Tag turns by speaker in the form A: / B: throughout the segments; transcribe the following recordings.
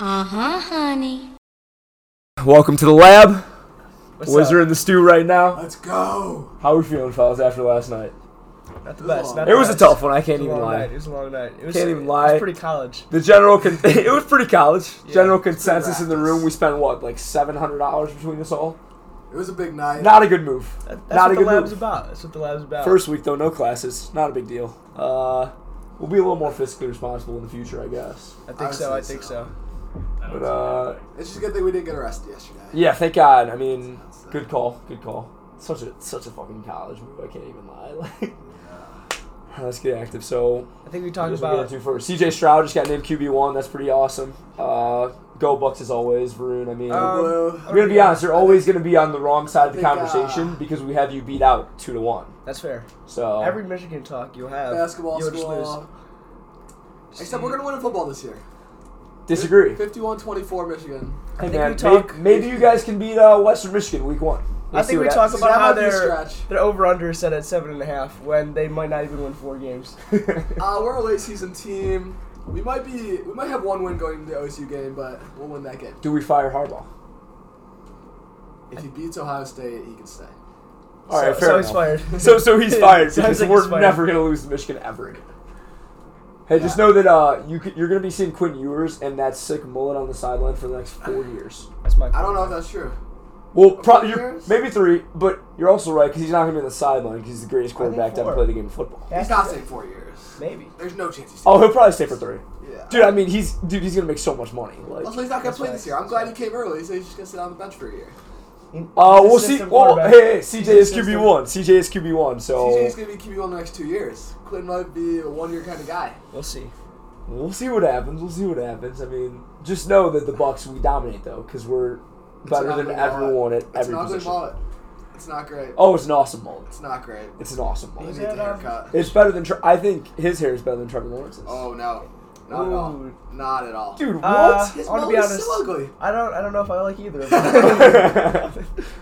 A: Huh, honey?
B: Welcome to the lab. Wizard in the stew right now.
C: Let's go.
B: How we feeling, fellas, after last night?
D: Not the best. Not
B: It
D: the
B: was a
D: best.
B: tough one. I can't
D: It was a
B: even
D: long
B: lie.
D: night, It was a long night. It was,
B: Can't even
D: it
B: lie.
D: was pretty college.
B: The general con- it was pretty college. general consensus in the
D: reckless.
B: room. We spent what like seven hundred dollars between us all.
C: It was a big night.
B: Not a good move.
D: That, that's
B: Not a
D: what the
B: good
D: lab's
B: move.
D: about. That's what the lab's about.
B: First week though, no classes. Not a big deal. Uh, we'll be a little more fiscally responsible in the future, I guess.
D: I think so. I
C: Honestly,
D: think
C: so.
D: so.
B: But uh,
C: It's just a good thing we didn't get arrested yesterday.
B: yeah, thank God. I mean, good call. Good call. Such a such a fucking college move. I can't even lie. Like, let's get active. So
D: I think we talked
B: Here's what we
D: about.
B: gotta do first. CJ Stroud just got named QB one. That's pretty awesome. Uh, go Bucks as always, Varun. I mean,
D: Um,
C: Blue.
B: I'm gonna be honest. You're always gonna be on the wrong side of the
C: I think, uh,
B: conversation because we have you beat out two to one.
D: That's fair.
B: So
D: Every Michigan talk you'll have.
C: Basketball
D: you'll
C: school.
D: just lose.
C: Except we're gonna win in football this year.
B: disagree.
C: 51-24 Michigan.
B: Hey
D: think
B: man,
D: we talk-
B: may- maybe, you guys can beat uh, Western Michigan week one. We'll
D: I
B: see
D: think we
B: what
D: talked
B: happens.
D: about
C: That
D: how
C: might be a
D: their
C: stretch.
D: their over under is set at seven and a half when they might not even win four games.
C: Uh, we're a late season team. We might be. We might have one win going into the OSU game, but we'll win that game.
B: Do we fire Harbaugh?
C: If he beats Ohio State, he can stay.
B: All
D: so,
B: right,
D: so
B: fair
D: he's
B: enough.
D: fired.
B: So so he's fired
D: Sounds
B: because
D: like
B: we're
D: he's fired.
B: never gonna lose to Michigan ever again. Hey, just know that uh, you c- you're gonna be seeing Quinn Ewers and that sick mullet on the sideline for the next four years.
D: That's my.
C: I don't know if that's true.
B: Well, pro-
C: Four
B: you're,
C: years?
B: maybe three, but you're also right because he's not gonna be on the sideline because he's the greatest
D: think
B: quarterback to ever
D: four.
B: play the game of football.
C: He's not staying four years.
D: Maybe.
C: There's no chance he's.
B: Oh, he'll probably stay for three,
C: yeah.
B: dude. I mean, he's dude. He's gonna make so much money. Like,
C: Also, he's not gonna
D: That's
C: play
D: right.
C: this year. I'm glad he came early. So he's just gonna sit on the bench for a year.
B: uh, we'll
D: Assistant
B: see. Well,
D: quarterback.
B: hey, hey, CJ is
D: Assistant.
B: QB one. CJ is QB one. So
C: CJ's gonna be QB one the next two years. Quinn might be a one year kind of guy.
D: We'll see.
B: we'll see what happens. We'll see what happens. I mean, just know that the Bucks we dominate though because we're better
C: an
B: than
C: ugly
B: everyone
C: mullet.
B: at
C: It's
B: every
C: an ugly
B: position.
C: mullet. It's not great.
B: Oh, it's an awesome mullet.
C: It's not great.
B: It's an awesome
C: I need
B: mullet.
C: the
D: that, um,
C: haircut.
B: It's better than. Tra- I think his hair is better than Trevor Lawrence's.
C: Oh no, not at all.
D: Ooh.
C: Not at all.
B: dude, what?
D: Uh,
C: his
D: I wanna
C: mullet
D: be
C: is
D: honest.
C: so ugugly.
D: I don't. I don't know if I like either. of
B: I
D: them.
B: mean, fair enough.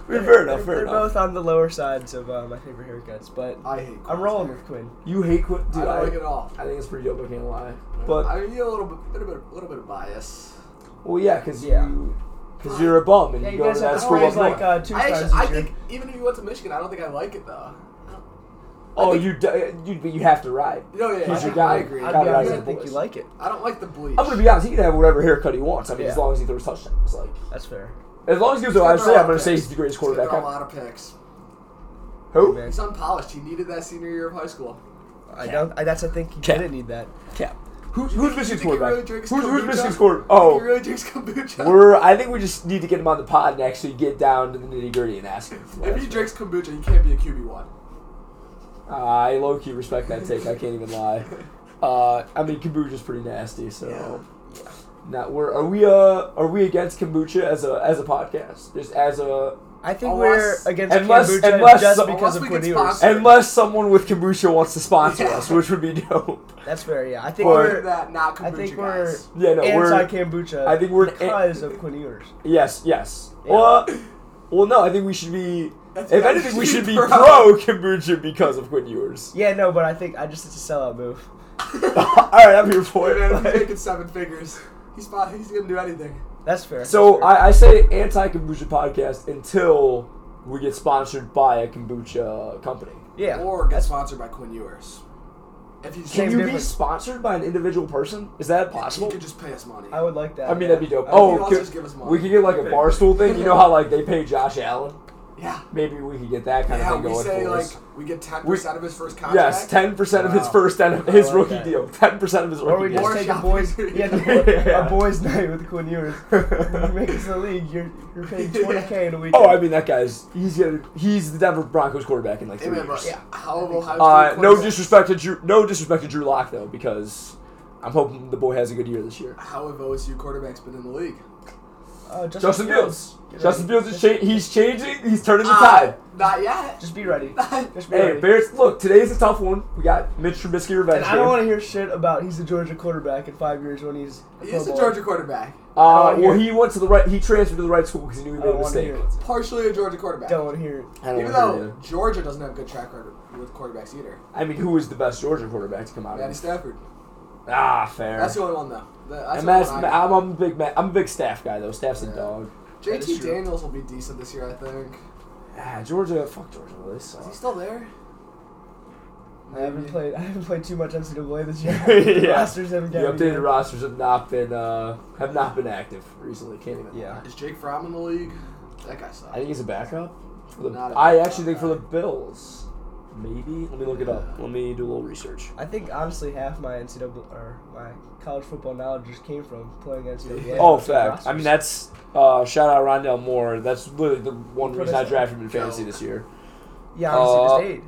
D: They're,
B: Fair
D: they're
B: enough.
D: both on the lower sides of uh, my favorite haircuts, but
C: I hate.
D: I'm rolling with Quinn.
B: You hate Quinn, dude.
C: I
B: I,
C: don't like it at all.
B: I think it's pretty dope. I can't lie. But
C: I mean, you have a little bit, bit, of- little bit of bias.
B: well, yeah, because
D: Yeah.
B: you, because you're a bum and
D: Yeah,
B: you
D: you
B: go
D: guys
B: to
D: have
B: that
D: to
B: school up
D: raise like
B: north.
D: uh, two
C: I
D: stars.
C: actually, I
D: this year.
C: think even if you went to Michigan, I don't think I like it though.
B: oh,
C: think-
B: you d- you you have to ride.
C: No,
D: Oh,
C: yeah,
B: He's
C: I,
B: your
C: I
B: guy.
C: agree.
D: I'd
B: Got
D: be
B: it,
D: honest,
B: Isaac
D: I think
B: Boyce.
D: you like it.
C: I don't like the bleach.
B: I'm gonna be honest. He can have whatever haircut he wants. I mean, as
D: Yeah.
B: long as he throws touchdowns, like
D: That's fair.
B: as long as he goes.
C: gonna
B: I
C: throw
B: say
C: a lot
B: I'm gonna
C: of
B: say
C: picks.
B: he's the greatest
C: He's gonna
B: quarterback.
C: throw a
B: ever.
C: lot of picks.
B: Who?
D: Man,
C: He's unpolished. He needed that senior year of high school.
D: I don't. I, that's. I think you
B: Cap.
D: didn't need that.
B: Cap. Who, who's Michigan's
C: Think he
B: quarterback?
C: really drinks
B: who's, who's
C: kombucha?
B: Michigan's quarterback?
C: Think he
B: Oh,
C: really drinks kombucha.
B: we're. I think we just need to get him on the pod and actually get down to the nitty gritty and ask him.
C: if he drinks kombucha, he can't be a QB one.
B: I low key respect that take. I can't even lie. Uh, I mean, kombucha's pretty nasty, so.
C: Yeah.
B: Now we're are we uh are we against kombucha as a as a podcast? Just as a
D: I think
C: Unless-
D: we're against
B: unless-
D: kombucha
B: unless
D: just
B: some-
D: because
C: unless
D: of
C: we
D: Quinn
C: get
D: Ewers.
C: sponsored.
B: unless someone with kombucha wants to sponsor us, which would be dope.
D: That's fair. Yeah, I think
B: Or-
C: Or
D: we're
C: that not kombucha
D: I think we're-
C: guys.
B: Yeah, no,
D: anti
B: we're
D: kombucha.
B: I think we're- eh,
D: because of Quinn Ewers.
B: yes, yes.
D: Yeah.
B: Well, uh, well, no, I think we should be.
C: That's
B: if
C: right,
B: anything, we
C: you
B: should be
C: pro.
B: pro kombucha because of Quinn Ewers.
D: Yeah, no, but I think I just it's a sellout move.
B: All right, I'm here for
C: Hey,
B: it.
C: man, if he's
B: Like-
C: making seven figures, he's fine. He's gonna do anything.
D: That's fair.
B: So
D: That's fair.
B: I, I say anti kombucha podcast until we get sponsored by a kombucha company.
D: yeah,
C: Or get sponsored by Quinn Ewers. If he's
B: Can
D: Same
B: you
D: difference.
B: be sponsored by an individual person? Is that
C: he
B: possible?
C: could just pay us money.
D: I would like that.
B: I mean,
D: yeah.
B: that'd be dope.
D: I would
B: Oh,
C: also
B: could-
C: just give us money.
B: we could get like a barstool thing. You know how like they pay Josh Allen?
C: yeah.
B: Maybe we could get that kind
C: Yeah,
B: of thing
C: we
B: going
C: say
B: for
C: like
B: us.
C: we get ten percent of his first contract.
B: Yes, ten percent of his
D: Wow.
B: first and
D: I
B: his
D: like
B: rookie
D: that.
B: deal. Ten percent of his
D: Or we
B: rookie
D: just
C: Or
B: deal.
D: take a
C: shopping
D: boys,
C: spree.
D: yeah, a
B: Yeah.
D: boys' night with Quinn Ewers. When you make it to the league, you're you're paying twenty k in a weekend.
B: Oh, I mean that guy's he's gonna he's the Denver Broncos quarterback in like
C: Hey,
B: three
C: man, bro,
B: years.
C: yeah. How of Ohio
B: Uh,
C: State
B: no
C: quarterbacks-
B: disrespect to Drew, no disrespect to Drew Lock though, because I'm hoping the boy has a good year this year.
C: How have OSU quarterbacks been in the league?
D: Uh, Justin,
B: Justin Fields. Justin Fields is cha- he's changing. He's turning the
C: Uh,
B: tide.
C: not yet.
D: Just be ready. Just be
B: Hey,
D: Ah, ready.
B: Bears. Look, today's a tough one. We got Mitch Trubisky revenge
D: And I don't want
B: game. Uh,
D: to hear shit about he's a Georgia quarterback in five years when he's a
C: He's a
D: football.
C: Georgia quarterback.
B: Uh,
D: don't wanna
B: well,
D: hear-
B: he went to the right. He transferred to the right school because he knew he
D: I
B: made a
D: don't want to
B: mistake.
D: hear it.
C: Partially a Georgia quarterback.
D: Don't want to hear it.
B: I don't wanna hear it
C: Even though
B: either.
C: Georgia doesn't have a good track record with quarterbacks either.
B: I mean, who was the best Georgia quarterback to come out?
C: Matty
B: of it?
C: Stafford.
B: Ah, fair.
C: That's the only one though. That- That's
B: and
C: the
B: Matt's,
C: one I-
B: I'm, I'm a big Ma- I'm a big staff guy though. Staff's
C: Yeah.
B: a dog.
D: That is
C: JT
D: true.
C: Daniels will be decent this year, I think.
B: Ah, Georgia, fuck Georgia. They
C: Is he
B: suck.
C: still there?
D: I haven't
C: Maybe.
D: played. I haven't played too much NCAA this year. The
B: Yeah.
D: Rosters haven't
B: The
D: gotten
B: updated rosters have not been uh, have not been active recently. Can't even.
D: Yeah.
C: Is Jake Fromm in the league? That guy sucks.
B: I think he's a backup. For the,
C: Not a
B: I
C: backup,
B: actually think for
C: guy.
B: the Bills. Maybe. Let me look it up. Let me do a little research.
D: I think honestly half my NCAA or my college football knowledge just came from playing NCAA.
B: Oh,
D: rosters.
B: fact. I mean, that's uh, shout out Rondell Moore. That's literally the one
D: What
B: reason I
D: is it?
B: drafted him in fantasy this year.
D: yeah, honestly,
B: uh,
D: just eight.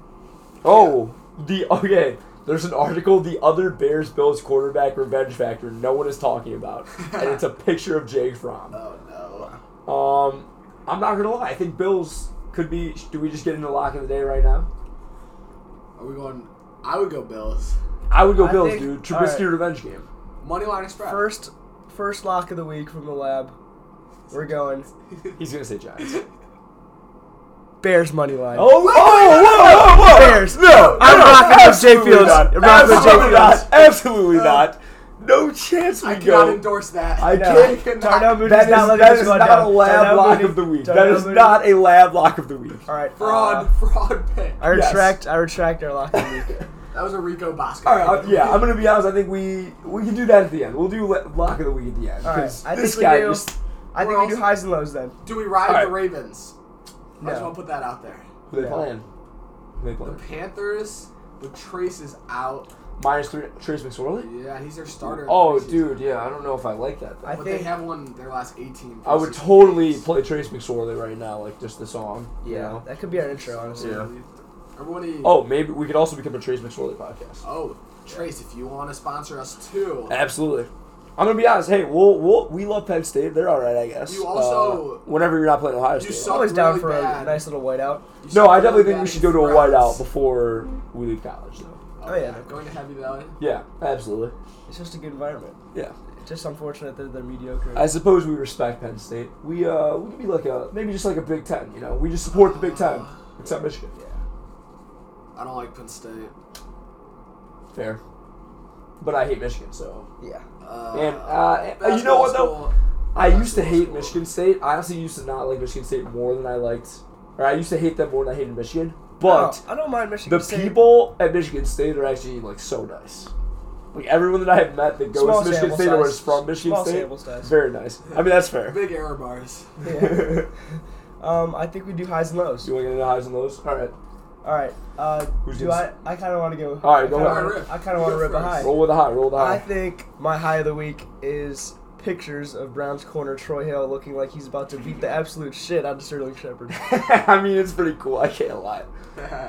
B: Oh, the okay. There's an article, the other Bears Bills quarterback revenge factor. No one is talking about, and it's a picture of Jake Fromm.
C: Oh no.
B: Um, I'm not gonna lie. I think Bills could be. Do we just get into lock of the day right now?
C: Are we going? I would go Bills.
B: I would go
D: I
B: Bills,
D: think-
B: dude.
D: all right.
B: Trubisky revenge game.
C: Moneyline Express.
D: First, first lock of the week from the lab. We're going
B: He's gonna say Giants.
D: Bears money line.
B: Oh, whoa, whoa, whoa, whoa.
D: Bears.
B: No,
D: I'm
B: no,
D: rocking with Jay
B: absolutely
D: Fields.
B: not.
D: I'm rocking with Jay
B: absolutely
D: Fields.
B: not. Absolutely not. No chance we
C: I cannot
B: go.
C: endorse that.
B: I
D: No.
B: can't.
C: cannot-
D: Darnell Mooney's
B: That is,
D: not letting
B: that
D: us
B: is
D: go
B: not
D: down.
B: a lab
D: Darnell
B: lock
D: Mooney-
B: of the week.
D: Darnell
B: that is
D: Mooney.
B: not a lab lock of the week.
D: All right.
C: Fraud,
D: uh,
C: fraud pick.
D: I
B: Yes.
D: retract. I retract our lock of the week.
C: That was a Rico Bosco.
B: All right, uh, yeah, I'm gonna be honest. I think we we can do that at the end. We'll do le- lock of the week at the end.
D: All right,
B: 'cause
D: I
B: this
D: think we
B: guy
D: do.
B: just
D: I think
C: We're
D: we do
C: also-
D: highs and lows then.
C: Do we ride
B: All right.
C: the Ravens? I just
D: No.
C: want to put that out there.
B: who they
D: Yeah.
B: playing. Who they
C: The
B: playing?
C: Panthers, the Trace is out.
B: Minus three. Trace McSorley.
C: Yeah, he's their starter.
B: Oh,
C: preseason.
B: dude, yeah. I don't know if I like that. Though.
D: I
C: But
D: think.
C: they have won their last 18.
B: I would
C: preseason
B: totally
C: games.
B: play Trace McSorley right now, like just the song. you
D: yeah,
B: know?
D: that could be our intro, honestly.
B: Yeah.
C: Everybody.
B: Oh, maybe we could also become a Trace McSorley podcast.
C: Oh, Trace, if you want to sponsor us too.
B: Uh, Absolutely. I'm gonna be honest. Hey, we'll, we'll we love Penn State. They're all right, I guess.
C: You also-
B: Uh, whenever you're not playing Ohio State.
D: I'm
C: suck.
D: always down
C: Really
D: for a
C: bad.
D: nice little whiteout.
C: You
B: No,
C: suck
B: I definitely
C: really
B: think
C: bad
B: we
C: at
B: should go to a
C: frauds.
B: whiteout before we leave college, though.
C: Oh,
D: Oh,
C: yeah,
D: yeah.
C: going to Happy Valley.
B: Yeah, absolutely.
D: It's just a good environment.
B: Yeah.
D: It's just unfortunate that they're mediocre.
B: I suppose we respect Penn State. We uh we could be like a maybe just like a Big Ten, you know. We just support the Big Ten, except Michigan.
D: yeah.
C: I don't like Penn State.
B: Fair. But I hate Michigan, so
D: Yeah.
C: Uh,
B: And, uh, and- uh, you know
C: basketball
B: what, though?
C: school-
B: I used to
C: basketball
B: hate
C: school.
B: Michigan State. I honestly used to not like Michigan State more than I liked, or I used to hate them more than I hated Michigan. But
D: No, I don't mind Michigan
B: the
D: State.
B: people at Michigan State are actually like so nice. Like everyone that I have met that goes
D: Small
B: to Michigan
D: sample
B: State or
D: size.
B: is from Michigan
D: Small
B: State,
D: sample size.
B: very nice. I mean that's fair.
C: Big error bars.
D: Yeah. Um, I think we do highs and lows.
B: you want to get into highs and lows? All right,
D: All right. Uh,
B: Who's
D: do
B: yours?
D: I? I kind of want to go.
B: All right,
D: I
B: go
D: kinda
B: ahead.
D: wanna-
C: Rip.
D: I kind of want to
C: You
D: rip a high.
B: roll with a high. Roll with a high.
D: I think my high of the week is pictures of Browns corner Troy Hill looking like he's about to beat the absolute shit out of Sterling Shepard.
B: I mean, it's pretty cool. I can't lie.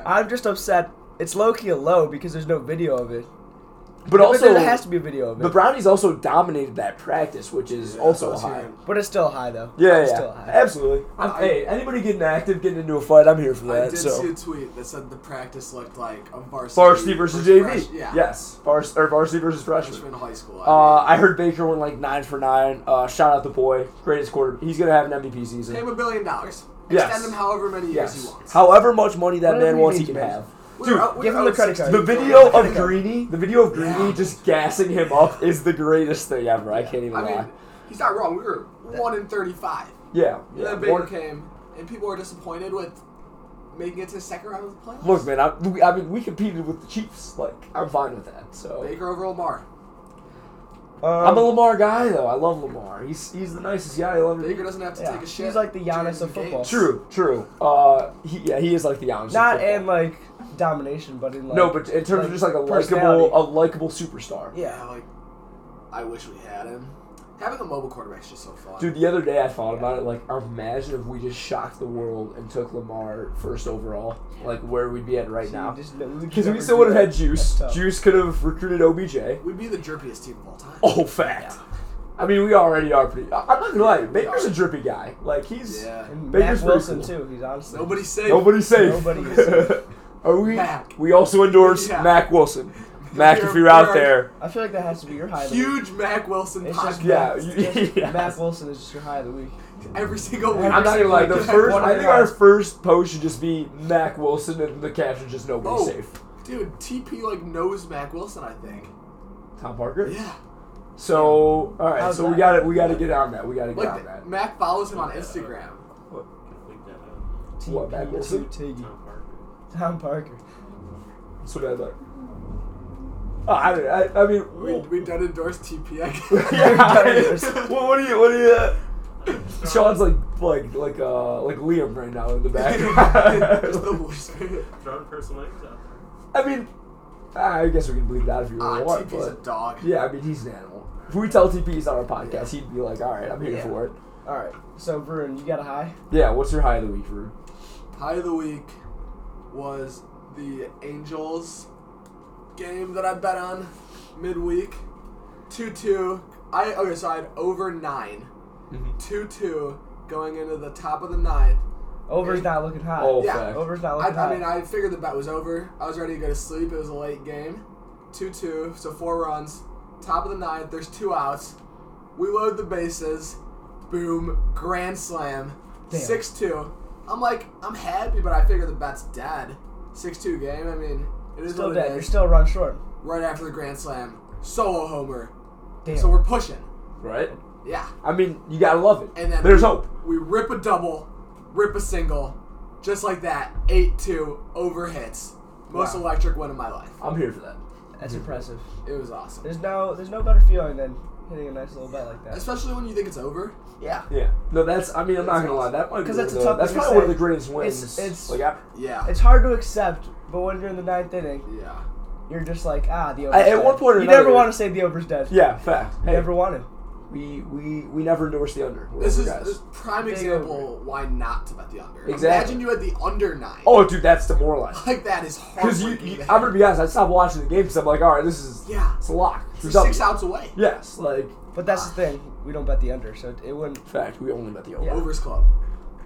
D: I'm just upset. It's low key a low because there's no video of it.
B: But also,
D: there has to be a video of it.
B: the Brownies also dominated that practice, which is
C: Yeah,
B: also a
C: that's
B: high.
C: here.
D: but it's still high though.
B: Yeah,
D: It's
B: yeah,
D: Still high.
B: absolutely. I'm,
C: I-
B: hey, anybody getting active, getting into a fight, I'm here for
C: I
B: that.
C: did
B: So
C: see a tweet that said the practice looked like a varsity,
B: varsity versus
C: fresh-
B: JV.
C: yeah.
B: Yes, Vars- or varsity versus freshman.
C: Freshman high school. I
B: Uh, I heard Baker went like nine for nine. Uh, shout out the boy, greatest quarter. He's gonna have an MVP
C: mean, pay him
B: season.
C: a billion dollars.
B: Yes.
C: Extend him however many years he
B: Yes,
C: wants.
B: however much money that
D: Whatever
B: man
D: he
B: wants, he
D: needs,
B: can
D: man.
B: have.
C: We
B: Dude,
C: were out- we
D: give
C: were
D: him the
C: out
D: credit
C: 16
B: The
D: card.
C: going
B: video
C: into
B: of
C: the-
B: Greeny, the video of
C: Yeah.
B: Greeny just gassing him up is the greatest thing ever. I can't even
C: I
B: lie.
C: mean, he's not wrong. We were one in thirty-five.
B: Yeah,
C: And
B: yeah.
C: then Baker
B: one-
C: came, and people were disappointed with making it to the second round of the playoffs.
B: Look, man, I, we- I mean, we competed with the Chiefs. Like, I'm fine with that. So
C: Baker over Lamar.
B: I'm a
D: Um,
B: Lamar guy, though. I love Lamar. He's he's the nicest guy I'll ever
C: Baker
B: meet.
C: doesn't have to
D: Yeah,
C: take a
D: he's
C: shit.
D: like the
C: during
D: Giannis of
C: games.
D: football.
B: True, true. Uh, he, yeah, he is like the Giannis.
D: not
B: in
D: in like domination, but in like
B: no, but in terms of just like a
D: personality.
B: likable a likable superstar.
C: Yeah,
D: yeah.
C: like I wish we had him. Having a mobile quarterback's just so fun.
B: Dude, the other day I thought about it. Like, imagine if we just shocked the world and took Lamar first overall. Like, where we'd be at right now. Because we still would have had Juice. Juice could have recruited OBJ.
C: we'd be the drippiest team of all time.
B: Oh, fact. I mean, we already are pretty. I- I'm not gonna lie. Baker's
C: are.
B: a drippy guy. Like he's
C: Yeah.
D: And
B: Baker's
D: Matt
B: pretty
D: Wilson
B: cool.
D: too. He's honestly
C: Nobody's safe.
B: nobody's safe.
D: Nobody is safe.
B: are we?
C: Mac.
B: We also endorse
C: Yeah.
B: Mac Wilson. Mac, if
C: You're-
B: you're out
C: you're-
B: there,
D: I feel like that has to be your high. of the week.
C: Huge Mac Wilson
D: It's just
C: podcast
B: yeah,
D: Mac-
B: you-
D: it's just-
B: yeah.
D: Matt Wilson is just your high of the week.
C: every single week.
B: I'm not gonna lie. The
D: Just
B: first,
D: one
B: I
D: guy.
B: think our first post should just be Mac Wilson, and the caption just nobody's
C: Oh.
B: safe.
C: Dude, TP like knows Mac Wilson. I think.
B: Tom Parker.
C: Yeah.
B: So all right,
D: How's
B: so we
D: that?
B: got to we got to get on that. We got to get on
C: Like
B: that.
C: Mac follows him on Instagram.
A: Bleep that out.
B: What, Matt Wilson?
D: TP2 Tiggy. Tom
A: Tom Parker.
D: Parker.
B: So bad luck. Oh, I, don't- I, I mean,
C: We,
B: we,
C: we don't endorse TPX.
B: yeah,
D: Tigers.
B: what, what do you what do you? Uh, Sean's like like like uh like Liam right now in the back.
C: Just the worst.
A: Throwing personal names out there.
B: I mean, ah, I guess we can bleed that if you
C: Ah,
B: really want.
C: TP's a
B: but-
C: dog.
B: yeah, I mean he's an animal. If we tell TP he's on our podcast, he'd be like, "All right, I'm here
D: Yeah.
B: for it."
D: All right. So, Bruin, you got a high?
B: Yeah, what's your high of the week, Rude?
C: High of the week was the Angels game that I bet on midweek. 2 2. I Okay, so I had over 9.
B: Mm-hmm.
C: 2 2 going into the top of the ninth.
D: Over's not looking high.
B: Oh,
C: Yeah,
B: fact.
D: Over's not
C: I,
D: looking high.
C: I mean, I figured the bet was over. I was ready to go to sleep. It was a late game. 2 2, so four runs. Top of the ninth, there's two outs. We load the bases. Boom, grand slam.
D: Damn.
C: 6 2. I'm like, I'm happy, but I figure the bet's dead. 6 2 game, I mean, it is
D: still
C: what it
D: dead. You're
C: is.
D: still run short.
C: right after the grand slam, solo homer.
D: Damn.
C: So we're pushing.
B: Right?
C: Yeah.
B: I mean, you gotta love it.
C: And then
B: There's
C: we,
B: hope.
C: We rip a double, rip a single, just like that. Eight two over hits. Most
D: Wow.
C: electric win of my life.
B: I'm here for that.
D: That's
B: Mm-hmm.
D: impressive.
C: It was awesome.
D: There's no there's no better feeling than hitting a nice little bet like that.
C: Especially when you think it's over.
D: Yeah.
B: Yeah. No, that's. I mean, I'm not
C: That's
B: gonna lie. That might be one
D: 'Cause that's
B: of
D: a
B: the-
D: tough
B: That's
D: thing to
B: probably one of
D: say.
B: the greatest wins.
D: It's- it's-
B: like ever.
C: Yeah.
D: It's hard to accept, but when you're in the ninth inning,
C: yeah.
D: you're just like, ah, the over's
B: At- at
D: dead.
B: one point or
D: you never
B: another-
D: want to say the over's dead.
B: Yeah, fact.
D: You
B: Hey,
D: never wanted.
B: we we we never endorse the under. We're
C: This
B: over
C: is
B: guys.
C: this is prime
D: Big
C: example why not to bet the under.
B: Exactly.
C: Imagine you had the under nine.
B: oh, dude, that's demoralizing.
C: Like that is hard.
B: Because you, you- I'm gonna be honest. I stopped watching the game because I'm like, all right, this is
C: Yeah.
B: it's a lock. It's a
C: You're six
B: W.
C: outs away.
B: Yes, like
D: But that's the thing. We don't bet the under, so it- it wouldn't.
B: fact. We only bet the over.
D: Yeah.
C: Overs club.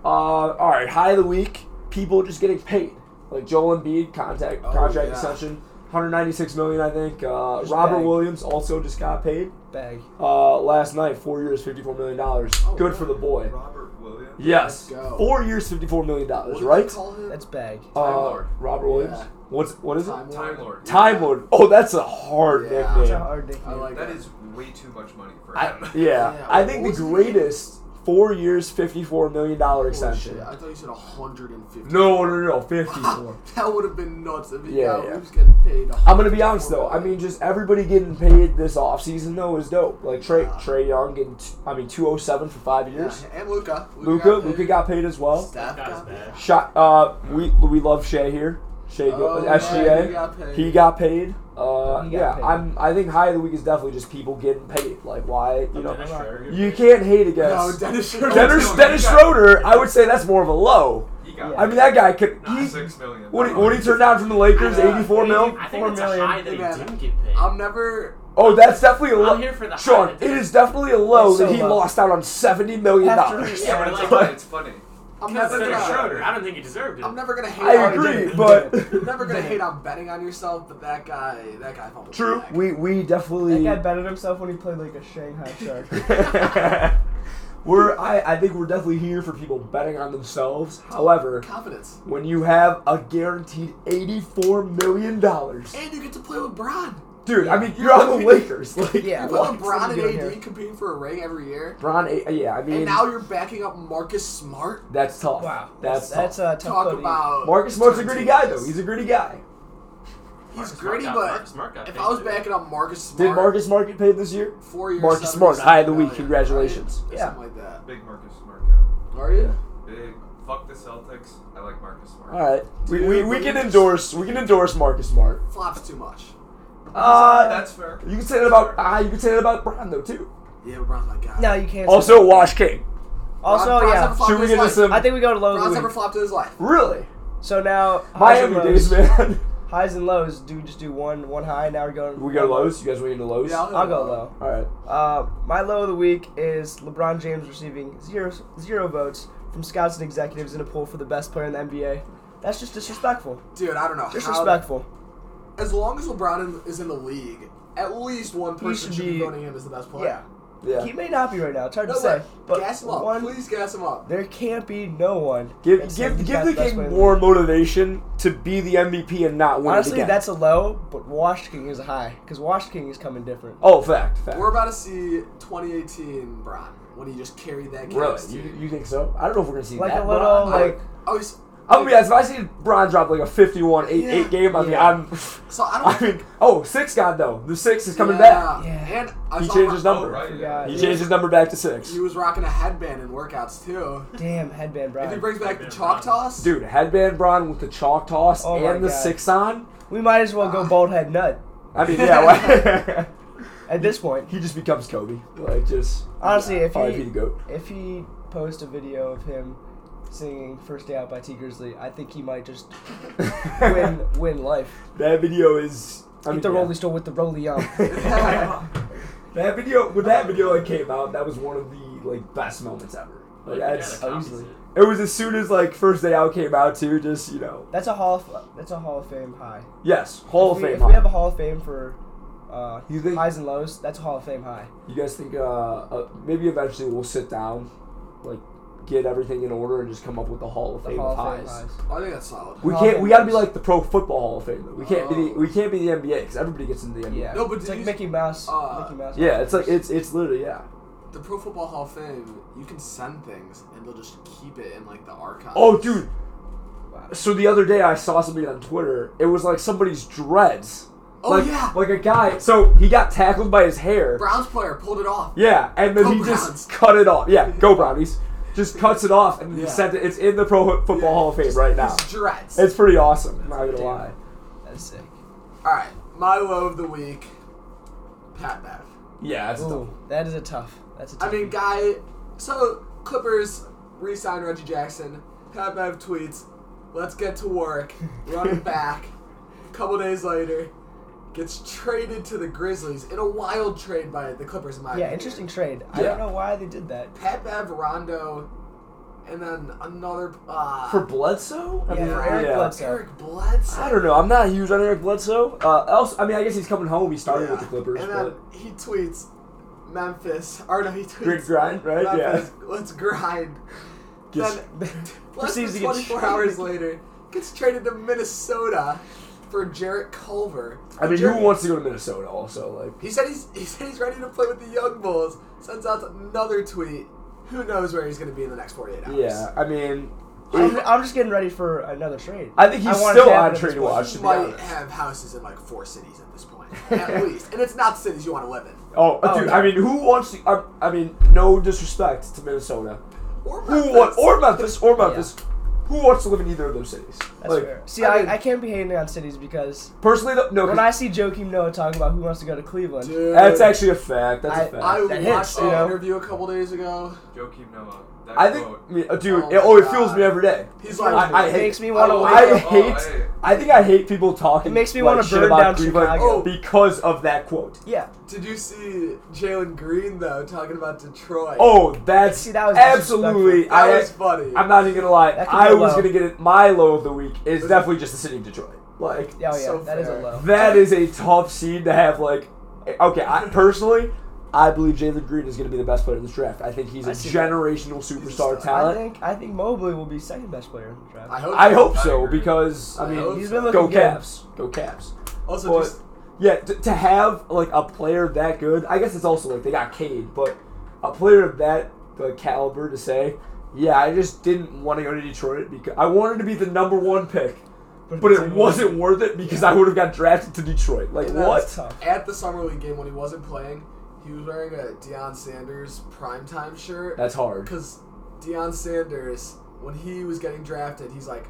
B: Uh, all right, high of the week. People just getting paid. Like Joel Embiid, contact
C: Oh,
B: contract
C: yeah.
B: extension, 196 million, I think. Uh,
D: Just
B: Robert
D: bang.
B: Williams also just got paid
D: Bag.
B: uh, last night. Four years, 54 million dollars.
C: Oh,
B: Good
C: wow.
B: for the boy.
A: Robert Williams.
B: Yes,
C: Let's go.
B: four years, 54 million
C: What
B: dollars.
C: do
B: Right?
C: they call him?
D: That's bag.
B: Uh,
A: Lord.
B: Robert Williams.
C: Yeah.
B: What's what is
C: Time
B: it?
C: Lord.
A: Time Lord.
B: Time Lord. Oh, that's a hard
C: Yeah.
D: That's a
B: nickname.
D: hard nickname.
C: I like
E: That
C: it.
E: is way too much money for
B: I,
E: him.
B: yeah.
C: Yeah,
B: I
C: what
B: think the
C: was his name?
B: greatest four years, 54 million dollar
C: Holy
B: extension.
C: shit, I thought you said 150.
B: No, no, no, 54.
C: that would have been nuts if he
B: Yeah,
C: got
B: yeah.
C: Williams getting paid.
B: I'm gonna be honest though.
C: 154
B: I mean, just everybody getting paid this offseason though is dope. Like Trey Trey Young getting, t- I mean, 207 for five
C: Yeah,
B: years.
C: and Luca.
B: Luca Luca got paid as well.
C: Steph
A: That
C: got
A: guy's bad.
B: Shot. Uh, we we love Shea here. Shea
C: Oh,
B: go,
C: yeah,
B: SGA.
C: he got paid.
B: He got paid. Uh,
D: He got
B: yeah,
D: paid.
B: I'm. I think high of the week is definitely just people getting paid. Like why you know
A: Dennis Schroeder.
B: you can't hate
C: No,
B: against
C: Dennis Schroeder.
B: Dennis
E: no,
B: Dennis
E: you got-
B: Schroeder. I would say that's more of a low.
E: He got
D: Yeah.
B: I mean that guy could.
E: not
B: He,
E: six million.
B: what he, what he turned down from the Lakers,
A: Uh,
C: Yeah.
B: 84 mil.
A: I think it's a
D: million.
A: high that he
C: Yeah.
A: didn't get paid.
C: I'm never.
B: Oh, that's definitely a
A: I'm
B: low.
A: here for the
B: Sean,
A: high.
B: it is definitely a low
D: It's so
B: that he
D: low.
B: lost out on seventy million
D: After-
B: dollars.
E: Yeah, but it's,
A: Like-
E: funny, it's funny.
C: I'm
A: Because
C: never
A: it's Dennis
C: gonna.
A: Schroeder. I don't think he deserved it.
C: I'm never gonna hate.
B: I
D: Oh,
C: on-
D: he did
B: agree,
D: it.
B: but
D: He did
C: I'm never gonna hate on betting on yourself, but that guy, that guy fumbled.
B: true.
C: the bag.
B: We we
D: That
B: definitely.
D: guy betted himself when he played like a Shanghai shark.
B: we're I I think we're definitely here for people betting on themselves. However,
C: confidence,
B: when you have a guaranteed eighty-four million dollars,
C: and you get to play with Bron.
B: dude, I mean you're on the Lakers. Like,
D: Yeah.
B: what?
C: You play with
D: What's he
C: Bron and
D: doing
C: AD
D: here?
C: competing for a ring every year,
B: Bron, eh, yeah, I mean
C: and now you're backing up Marcus Smart.
B: that's tough.
D: wow.
B: that's
D: that's
B: that's
D: a tough
C: Talk
D: blow to eat.
C: about
B: Marcus Smart's a gritty guy though. He's a gritty guy.
C: he's
A: Marcus
C: gritty,
A: Smart got-
C: but
A: Marcus Smart got
C: if
A: paid
C: I was
A: too.
C: backing up Marcus Smart,
B: Did Marcus Smart get paid this year?
C: four years,
B: Marcus Smart,
C: 77
B: high of the week.
C: million,
B: Congratulations.
C: right? Or
D: Yeah.
C: something like that.
E: Big Marcus Smart guy.
C: Are you?
E: Big. Fuck the Celtics. I like Marcus Smart.
B: All right, we, we, we
C: Dude,
B: can
C: Marcus-
B: endorse we can endorse Marcus Smart.
C: Flops too much.
B: Uh,
E: That's fair.
B: you can say that about ah, you can say that about Brown though too.
C: Yeah, but Bron's my guy.
D: No, you can't. say
B: Also,
D: that.
B: Wash King.
D: Also,
C: Bron- Bron's
D: yeah.
C: never flopped
B: Should we
C: in his
B: get into
C: life.
B: some-
D: I think we go to low. of
C: Bron's
D: the
C: never
D: week.
C: flopped in his life.
B: Really,
D: So now highs and
B: Miami
D: lows.
B: days, man.
D: Highs and lows. Do just do one one high. Now we're going.
B: we go lows. You guys went into lows.
C: Yeah,
D: I'll go low.
B: All right.
D: Uh, my low of the week is LeBron James receiving zero zero votes from scouts and executives in a poll for the best player in the NBA. That's just disrespectful.
C: Dude, I don't know. How,
D: Disrespectful.
C: as long as LeBron in- is in the league, at least one person
D: should
C: should be,
D: be-
C: voting him as the best player.
D: Yeah.
B: Yeah.
D: He may not be right now. It's hard
C: No,
D: to say.
C: but
D: But
C: gas him up.
D: one,
C: Please gas him up.
D: there can't be no one. that
B: Give
D: said
B: give
D: he's
B: give
D: not
B: the
D: best
B: king
D: player in the
B: more
D: league.
B: motivation to be the MVP and not win it
D: Honestly,
B: again.
D: that's a low, but Wash King is a high because Wash King is coming different.
B: oh fact fact.
C: We're about to see 2018 Bron when he just carried that.
B: Really?
C: Cavs
B: You,
C: team.
B: you think so? I don't know if we're gonna see
D: Like
B: that.
D: a
B: but
D: little,
B: I'm-
D: like-
C: I was,
B: I'm gonna be honest. If I see Bron drop like a 51 8
C: Yeah.
B: 8 game, I mean,
D: Yeah.
B: I'm.
C: so I don't.
B: I mean, oh, six God though. The six is coming back.
C: yeah.
D: Yeah.
C: And I
B: He
C: saw
B: changed his
C: Bron-
E: Oh,
B: number.
E: right.
D: Forgot.
E: Yeah.
B: He
D: Yeah.
B: changed his number back to six.
C: He was rocking a headband in workouts too.
D: Damn, headband,
C: If he
D: Brian.
C: brings back the chalk toss,
B: Dude, headband Bron with the chalk toss
D: Oh my
B: and the
D: God.
B: six on.
D: We might as well
C: Ah.
D: go bald head nut
B: I mean, yeah. why-
D: at this point.
B: he just becomes Kobe. Like just
D: Honestly, if
B: RIP
D: he-
B: the goat.
D: If he posts a video of him singing "First Day Out" by T Grizzly, I think he might just win win life.
B: that video is. I mean,
D: Hit the
B: yeah.
D: rolly store with the rolly on.
B: That video, when that video like, came out, that was one of the like best moments ever. Like that's
D: gotta-
A: yeah,
D: easily.
B: it was as soon as like first day out came out too. Just you know,
D: That's a hall. Of, that's a Hall of Fame high.
B: yes, Hall
D: if
B: of
D: we,
B: Fame.
D: If we have a Hall of Fame for uh,
B: You think-
D: highs and lows, that's a Hall of Fame high.
B: you guys think uh, uh maybe eventually we'll sit down, like get everything in order and just come up with the Hall of
D: The
B: Fame
D: Hall
B: of
D: of Fame
B: highs.
D: highs.
C: I think that's solid.
B: We
D: Hall of
B: can't.
D: Fame
B: We gotta be
D: highs.
B: like the Pro Football Hall of Fame though. We can't be. The,
C: Oh.
B: we can't be the NBA because everybody gets into the NBA.
D: Yeah.
C: No, but
D: it's
C: did
D: like
C: you-
D: Mickey Mouse.
C: uh,
D: Mickey Mouse.
B: Yeah, it's like it's it's literally yeah.
C: The Pro Football Hall of Fame, you can send things and they'll just keep it in like the archives.
B: Oh, dude. So the other day I saw somebody on Twitter. It was like somebody's dreads.
C: Oh,
B: like,
C: yeah.
B: Like a guy. So he got tackled by his hair.
C: Browns player pulled it off.
B: Yeah, and then
C: Go
B: he
C: Browns.
B: just cut it off. Yeah, go Brownies. Just cuts it off and
C: Yeah.
B: he sent it. It's in the Pro Football
C: Yeah,
B: Hall of Fame
C: just-
B: right now.
C: just Dreads.
B: It's pretty awesome. I'm not gonna lie.
D: That's sick.
C: All right, my low of the week, Pat Bev.
B: Yeah, that's
D: Ooh, that is a tough. That's a tough.
C: I mean,
D: one.
C: guy. So Clippers re-signed Reggie Jackson. Pat Bev tweets, "Let's get to work." Running back. Couple days later, gets traded to the Grizzlies in a wild trade by the Clippers. In my
D: yeah,
C: opinion.
D: interesting trade. I
B: Yeah.
D: don't know why they did that.
C: Pat Bev, Rondo, and then another uh,
B: for Bledsoe. I
D: Yeah,
B: mean,
D: for Eric
B: yeah.
D: Bledsoe.
C: Eric Bledsoe.
B: I don't know. I'm not huge on Eric Bledsoe. Uh, else, I mean, I guess he's coming home. He started with the Clippers,
C: And uh, then
B: but
C: he tweets Memphis. Or no, he tweets
B: Grid grind, right? Yeah.
C: Memphis, Let's grind.
B: Just-
C: then less
D: Proceeds to
C: than
D: get
C: 24
D: traded.
C: hours later, gets traded to Minnesota for Jarrett Culver.
B: I mean,
C: Jarrett-
B: who wants to go to Minnesota? Also, like,
C: He said he's he said he's ready to play with the Young Bulls. Sends out another tweet. Who knows where he's going to be in the next 48 hours?
B: yeah. I mean,
D: I'm, I'm just getting ready for another trade.
B: I think he's
D: want it
B: still
D: to happen
B: on
D: at
B: trade
D: this point.
B: watch. To
C: You
B: be
C: might
B: honest.
C: have houses in like four cities at this point, at least, and it's not cities you want to live in.
B: Oh,
D: Oh,
B: dude.
D: yeah.
B: I mean, who wants to? I, I mean, no disrespect to Minnesota.
C: Or
B: Who
C: Memphis.
B: want or Memphis or Memphis? Who wants to live in either of those cities?
D: That's
B: like,
D: fair. See,
C: I
D: I,
C: mean-
D: I, can't be hating on cities because
B: personally, though, no.
D: when
B: 'cause
D: I see Joakim Noah talking about who wants to go to Cleveland,
C: Dude,
B: that's actually a fact. That's a
D: I-
B: fact.
C: I
B: I,
D: That
C: watched
D: hits,
C: an
D: you know?
C: interview a couple days ago.
E: Joakim Noah. That
B: think,
E: quote.
B: I mean, uh, dude.
C: Oh
B: it, oh,
C: my
B: it fuels
C: God.
B: me every day.
C: He's
D: It
C: like,
B: I- I hate-
D: makes me want to wake
C: I-
B: I
D: up.
E: Oh,
B: hate.
E: I-
B: I think I hate people talking.
D: It makes me
B: like,
D: wanna
B: shit
D: burn
B: about
D: down
B: Cleveland
D: Chicago.
B: because of that quote.
D: Yeah,
C: Did you see Jalen Green though talking about Detroit?
B: Oh, that's
D: See, that was
B: absolutely.
C: that
B: I,
C: was funny.
B: I'm not even gonna lie.
D: That could be
B: I
D: a
B: was
D: low.
B: gonna get it. My low of the week is definitely just the city of Detroit. Like
D: yeah, oh, yeah.
C: So
D: that is a
C: fair.
D: low.
B: that is a tough seed to have. Like, okay, I personally, I believe Jalen Green is gonna be the best player in this draft. I think he's a
D: I see that.
B: generational superstar
C: stud. I
D: I
B: talent.
D: think I think Mobley will be second best player in the draft.
C: I hope.
B: I hope
E: I
B: so
E: agree.
B: because I
C: I
B: mean,
C: hope
D: He's
C: so.
D: been looking
B: go
D: good.
B: Caps, go Caps.
C: Also,
B: But
C: just
B: yeah, to, to have like a player that good, I guess it's also like they got Cade, but a player of that the caliber to say, yeah, I just didn't want to go to Detroit because I wanted to be the number one pick, but it wasn't worth it because I would have got drafted to Detroit. Like
C: and then
B: what?
C: at the summer league game when he wasn't playing, he was wearing a Deion Sanders primetime shirt
B: That's hard.
C: because Deion Sanders, when he was getting drafted, he's like.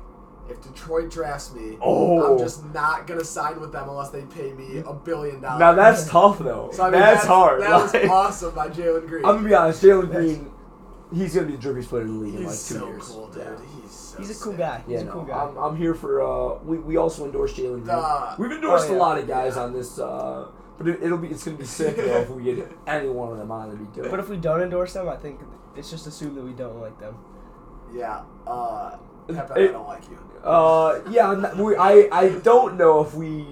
C: If Detroit drafts me,
B: Oh.
C: I'm just not gonna sign with them unless they pay me a billion dollars.
B: Now that's tough though.
C: So, I mean,
B: that's, hard.
C: That was
B: Like,
C: awesome by Jalen Green.
B: I'm gonna be honest, Jalen Green, he's gonna be the drippiest player in the league in
C: He's
B: like two
C: so
B: years.
C: cool, dude.
B: Yeah.
C: He's so
D: He's a cool
C: sick.
D: guy. He's
B: Yeah,
D: a cool
B: no,
D: guy.
B: I'm, I'm here for. Uh, we we also endorse Jalen Green.
C: Duh.
B: We've endorsed
D: Oh,
B: a
D: yeah.
B: lot of guys
C: Yeah.
B: on this, uh, but it, it'll be it's gonna be sick though if we get any one of them on. It'd be good.
D: but if we don't endorse them, I think it's just assumed that we don't like them.
C: Yeah. Uh, Pep, I
B: It-
C: don't like you.
B: uh, yeah, I'm not- we, I I don't know if we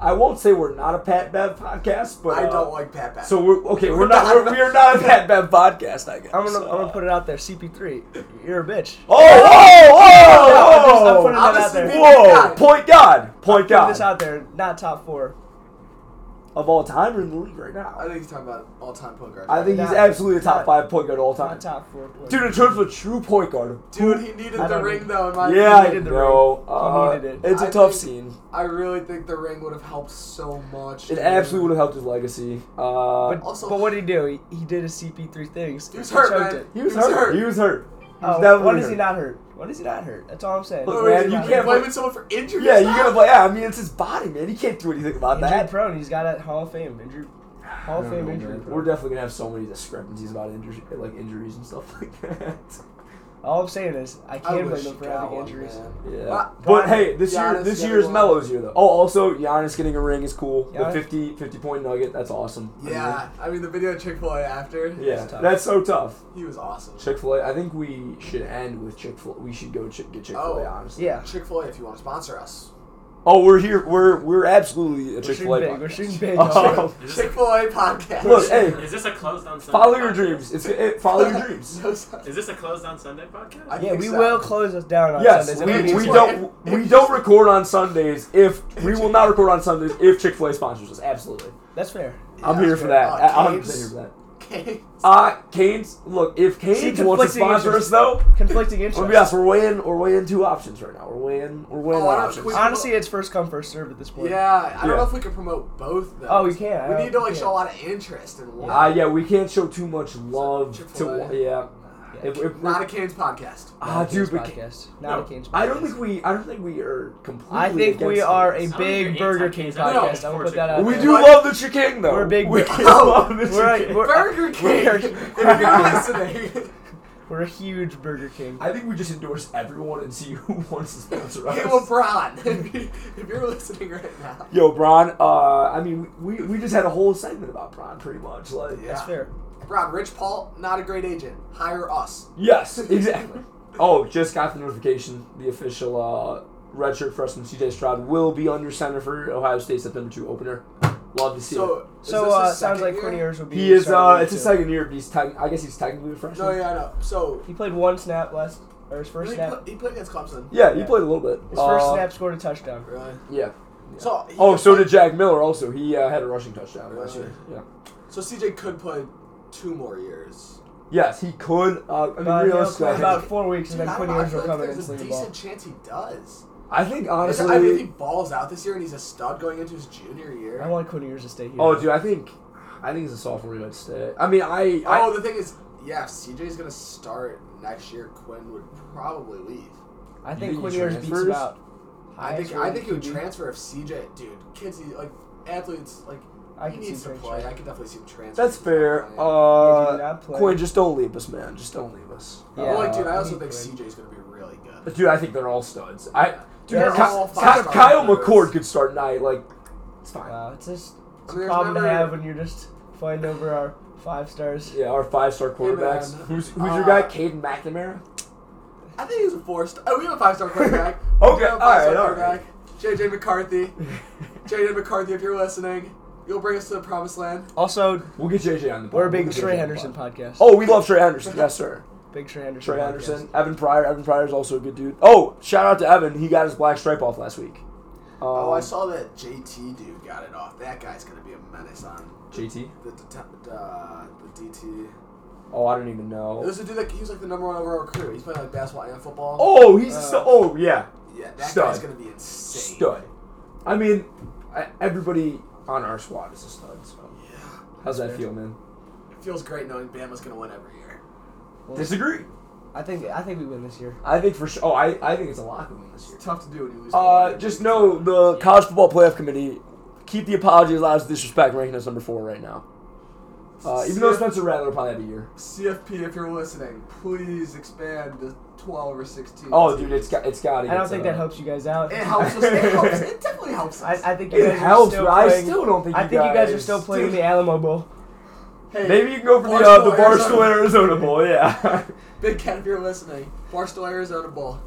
B: I won't say we're not a Pat Bev podcast, but
C: I
B: uh,
C: don't like Pat Bev.
B: So we're okay. We're not. We're, we are not a Pat Bev podcast. I guess.
D: I'm gonna, I'm gonna put it out there. CP3, you're a bitch.
B: Oh! Oh!
D: I'm
B: Oh!
D: putting
C: Honestly,
D: that out
C: me-
D: there.
B: Whoa! Point God. Point
D: Putting this
B: God.
D: out there. Not top four.
B: Of all time or in the league right
C: I
B: now.
C: think he's talking about all-time point guard.
B: I think he's
D: Not-
B: absolutely a top
D: not-
B: five point guard of all time.
D: Not top four. boy.
B: Dude, in terms of a true point guard,
C: dude, he needed
D: I
C: the
D: don't
C: ring
D: need-
C: though. In my
B: yeah, I
C: opinion.
D: needed the
B: know.
D: ring.
B: Uh,
D: He needed it.
B: It's a
C: I
B: tough
C: think-
B: scene.
C: I really think the ring would have helped so much.
B: It
C: dude.
B: absolutely would have helped his legacy. Uh,
D: But,
C: Also-
D: but what did he do? He, he did his CP3 things.
C: He was
D: He
C: hurt,
D: choked
C: man.
D: it.
B: he was hurt. He was hurt. He was
D: Oh,
B: definitely
D: when is he
B: hurt.
D: not hurt? When is he not hurt? That's all I'm saying.
B: Look,
C: Wait,
B: man,
C: wait,
B: you
C: wait,
B: can't
C: blaming
B: blame-
C: someone for injury.
B: Yeah, you
C: now?
B: gotta play. Yeah, I mean, it's his body, man. He can't do anything about
D: Injury
B: that.
D: prone. He's got a Hall of Fame injury. Hall of Fame injury. prone.
B: We're definitely gonna have so many discrepancies about injuries, like injuries and stuff like that.
D: All I'm saying is I
C: I
D: can't
C: wish
D: blame him for
C: he got
D: having
C: one,
D: injuries.
C: man.
B: Yeah.
C: Wow.
B: but hey, this
C: Giannis
B: year this
C: getting
B: year's
C: one.
B: Melo's year though. Oh, also Giannis getting a ring is cool.
D: Giannis?
B: The 50, 50 point nugget, that's awesome. I mean,
C: Yeah, I mean the video of Chick Fil A after.
B: yeah,
D: tough.
B: that's so tough.
C: he was awesome.
B: Chick Fil A. I think we should end with Chick Fil. We should go Chick get Chick Fil A.
C: Oh.
B: Honestly.
D: Yeah.
C: Chick Fil A, if you want to sponsor us.
B: Oh, we're here. We're we're absolutely a
D: We're
B: Chick
D: shooting
B: Fil A.
D: big. We're shooting big.
B: Oh.
A: Is this,
C: Chick Fil A podcast.
B: Look, hey,
A: is this a closed down Sunday?
B: follow your
A: podcast?
B: dreams. It's it, follow your dreams.
C: No sense.
A: Is this a closed down Sunday podcast?
C: I-
D: Yeah,
C: think
D: we
C: so.
D: will close us down on
B: Yes,
D: Sundays.
B: we,
D: if
B: we
C: Chick-fil-A.
D: need to.
B: don't we don't record on Sundays if we will not record on Sundays if Chick Fil A sponsors us. Absolutely,
D: That's fair.
B: I'm
C: Yeah,
B: here
C: that's
B: for
C: fair.
B: that.
C: Uh,
B: I'm
C: Canes?
B: here for that.
C: Okay.
B: Uh, Canes. Look, if Canes wants to
D: conflicting
B: sponsor us
D: interests.
B: though,
D: Conflicting interests.
B: let me ask. We're weighing we're weighing two options right now. We're weighing we're weighing
C: Oh, I
B: our
C: don't-
B: options.
C: we-
D: Honestly, it's first come first served at this point.
C: Yeah, I don't
B: Yeah.
C: know if we can promote both though.
D: Oh, we can. I
C: We
D: don't-
C: need to like
D: yeah.
C: show a lot of interest in one.
B: Uh, yeah, we can't show too much love to
C: Chick-fil-A.
B: yeah.
D: Yeah.
B: If, if,
C: Not a Canes podcast.
B: ah,
D: Not a
B: dude,
D: Canes
B: but
D: podcast. Not
A: No,
D: a Canes podcast.
B: I don't think we I don't think we are completely.
D: I think we
B: against
D: are a
B: Canes.
A: I don't think
D: big
A: you're
D: Burger King
A: anti-Canes. No,
D: podcast. I'm gonna put that out
B: We
D: there.
B: do
C: What?
B: love the chicken though.
D: We're big
B: We
D: Bur-
C: Oh.
B: love the
D: We're a-
B: chicken.
D: we're-
C: Burger King.
D: we're-
C: if you're listening,
D: We're a huge Burger King.
B: I think we just endorse everyone and see who wants to sponsor
C: hey
B: us.
C: LeBron, if you- if you're listening right now.
B: Yo, Bron. Uh, I mean, we, we just had a whole segment about Bron, pretty much. Like,
C: Yeah.
D: That's fair.
C: Rob, Rich Paul, not a great agent. Hire us.
B: yes, exactly. oh, just got the notification. The official uh, redshirt freshman CJ Stroud will be under center for Ohio State's September two opener. Love to see
C: So, is
D: So
C: this
D: uh,
C: his
D: sounds
C: second
D: like
C: year?
D: Quinn Ewers will
B: it.
D: be.
B: He is. Uh,
D: starting
B: it's his
D: too.
B: second year. But he's tec- I guess he's technically a freshman.
C: No, Oh, yeah, I know. So
D: He played one snap last, or his first
C: he,
D: snap.
C: played, he played against Clemson.
B: Yeah, he
D: Yeah.
B: played a little bit.
D: His first
B: Uh,
D: snap scored a touchdown.
C: Really?
B: Yeah.
C: So he
B: Oh,
C: could
B: so
C: play-
B: did Jack Miller. Also, he uh, had a rushing touchdown last
C: Really?
B: year. Yeah.
C: So CJ could play two more years.
B: Yes, he could. Uh, I mean,
D: Uh, he'll
B: realistically,
D: play
B: I
D: about
B: think,
D: four weeks, and
C: Dude,
D: then
C: I
D: Quinn
C: don't know, I
D: Ewers will
C: feel
D: come
C: like
D: in and
C: there's a
D: sling the ball.
C: decent chance he does.
B: I think
C: Honestly,
B: honestly.
C: I mean, if he balls out this year and he's a stud going into his junior year.
D: I want Quinn Ewers to stay here.
B: Oh, dude, I think, I think he's a sophomore. He might stay. I mean, I, I
C: oh, the thing is, yeah, if CJ's gonna start next year. Quinn would probably leave.
D: I
B: You
D: think
B: think
D: Quinn
B: he
D: Ewers beats
B: transfers?
D: about.
C: I think
D: highest
C: I
D: rated
C: think he would
D: QB.
C: transfer if CJ, dude, kids, he, like athletes, like
D: I
C: he
D: can
C: needs
D: see
C: to
D: him
C: play.
D: transfer.
C: I could definitely see him transfer.
B: that's
C: if he's not
B: fair.
C: playing.
D: Yeah, dude,
B: Uh,
D: not play.
B: Quinn, just don't leave us, man. Just don't leave us.
D: Yeah.
C: Well, like, dude,
B: Uh,
C: I
D: he
C: also think
D: could.
C: CJ's gonna be really good.
B: dude, I think they're all studs. I, dude,
D: They're
B: Ky-
C: all
B: Ky-
C: five-star
B: Kyle
C: recruits.
B: McCord could start night. Like, it's fine.
D: Wow, it's just it's
C: I mean,
D: a
C: there's
D: problem to
C: never-
D: have when you're just fighting over our five stars.
B: Yeah, our five-star quarterbacks.
C: man.
B: who's who's
C: Uh,
B: your guy? Caden McNamara.
C: I think he's a four star. Oh, we have a five star quarterback.
B: Okay,
C: We have a
B: all right,
C: five-star
B: all right.
C: quarterback. JJ McCarthy. JJ McCarthy, if you're listening, you'll bring us to the promised land.
D: Also,
B: We'll get JJ on the. pod.
D: we're a
B: We'll
D: big
B: get
D: Trey
B: JJ on the
D: Henderson
B: pod.
D: podcast.
B: Oh, we love Trey Henderson. Yes, sir.
D: big Trey Henderson.
B: Trey
D: podcast.
B: Anderson, Evan Pryor. Evan Pryor is also a good dude. Oh, shout out to Evan. He got his black stripe off last week. Um,
C: Oh, I saw that JT dude got it off. That guy's gonna be a menace on
B: JT.
C: the det- uh, the DT.
B: Oh, I don't even
C: It
B: know.
C: was a dude that he was like the number one overall recruit. He's playing like basketball and football.
B: Oh, he's a
D: Uh,
B: stu- oh yeah,
C: yeah, that
B: stud.
C: guy's gonna be insane.
B: stud. I mean, I, everybody on our squad is a stud. So
C: Yeah,
B: how's that
D: fair.
B: feel, man?
C: it feels great knowing Bama's gonna win every year.
B: Disagree.
D: I think I think we win this year.
B: I think for sure. Oh, I, I think it's a lock win this year.
C: It's tough to do when you lose. to
B: Uh,
C: one
B: just
C: team.
B: know the college football playoff committee keep the apologies, loud as disrespect, ranking us number four right now. Uh, even though Spencer Rattler probably had a year.
C: CFP, if you're listening, please expand to 12 or 16.
B: Oh, dude, it's got it's got to.
D: I don't think that helps you guys out.
C: It helps us. It helps. It definitely helps us.
D: I, I think you
B: It
D: guys
B: helps,
D: are still
B: but I
D: playing-
B: still don't think.
D: I think you guys are
B: guys-
D: still playing the Alamo Bowl.
C: hey,
B: Maybe you can go for the uh, the
C: Barstool, Arizona.
B: Barstool Arizona Bowl, yeah.
C: Big Cat, if you're listening, Barstool Arizona Bowl,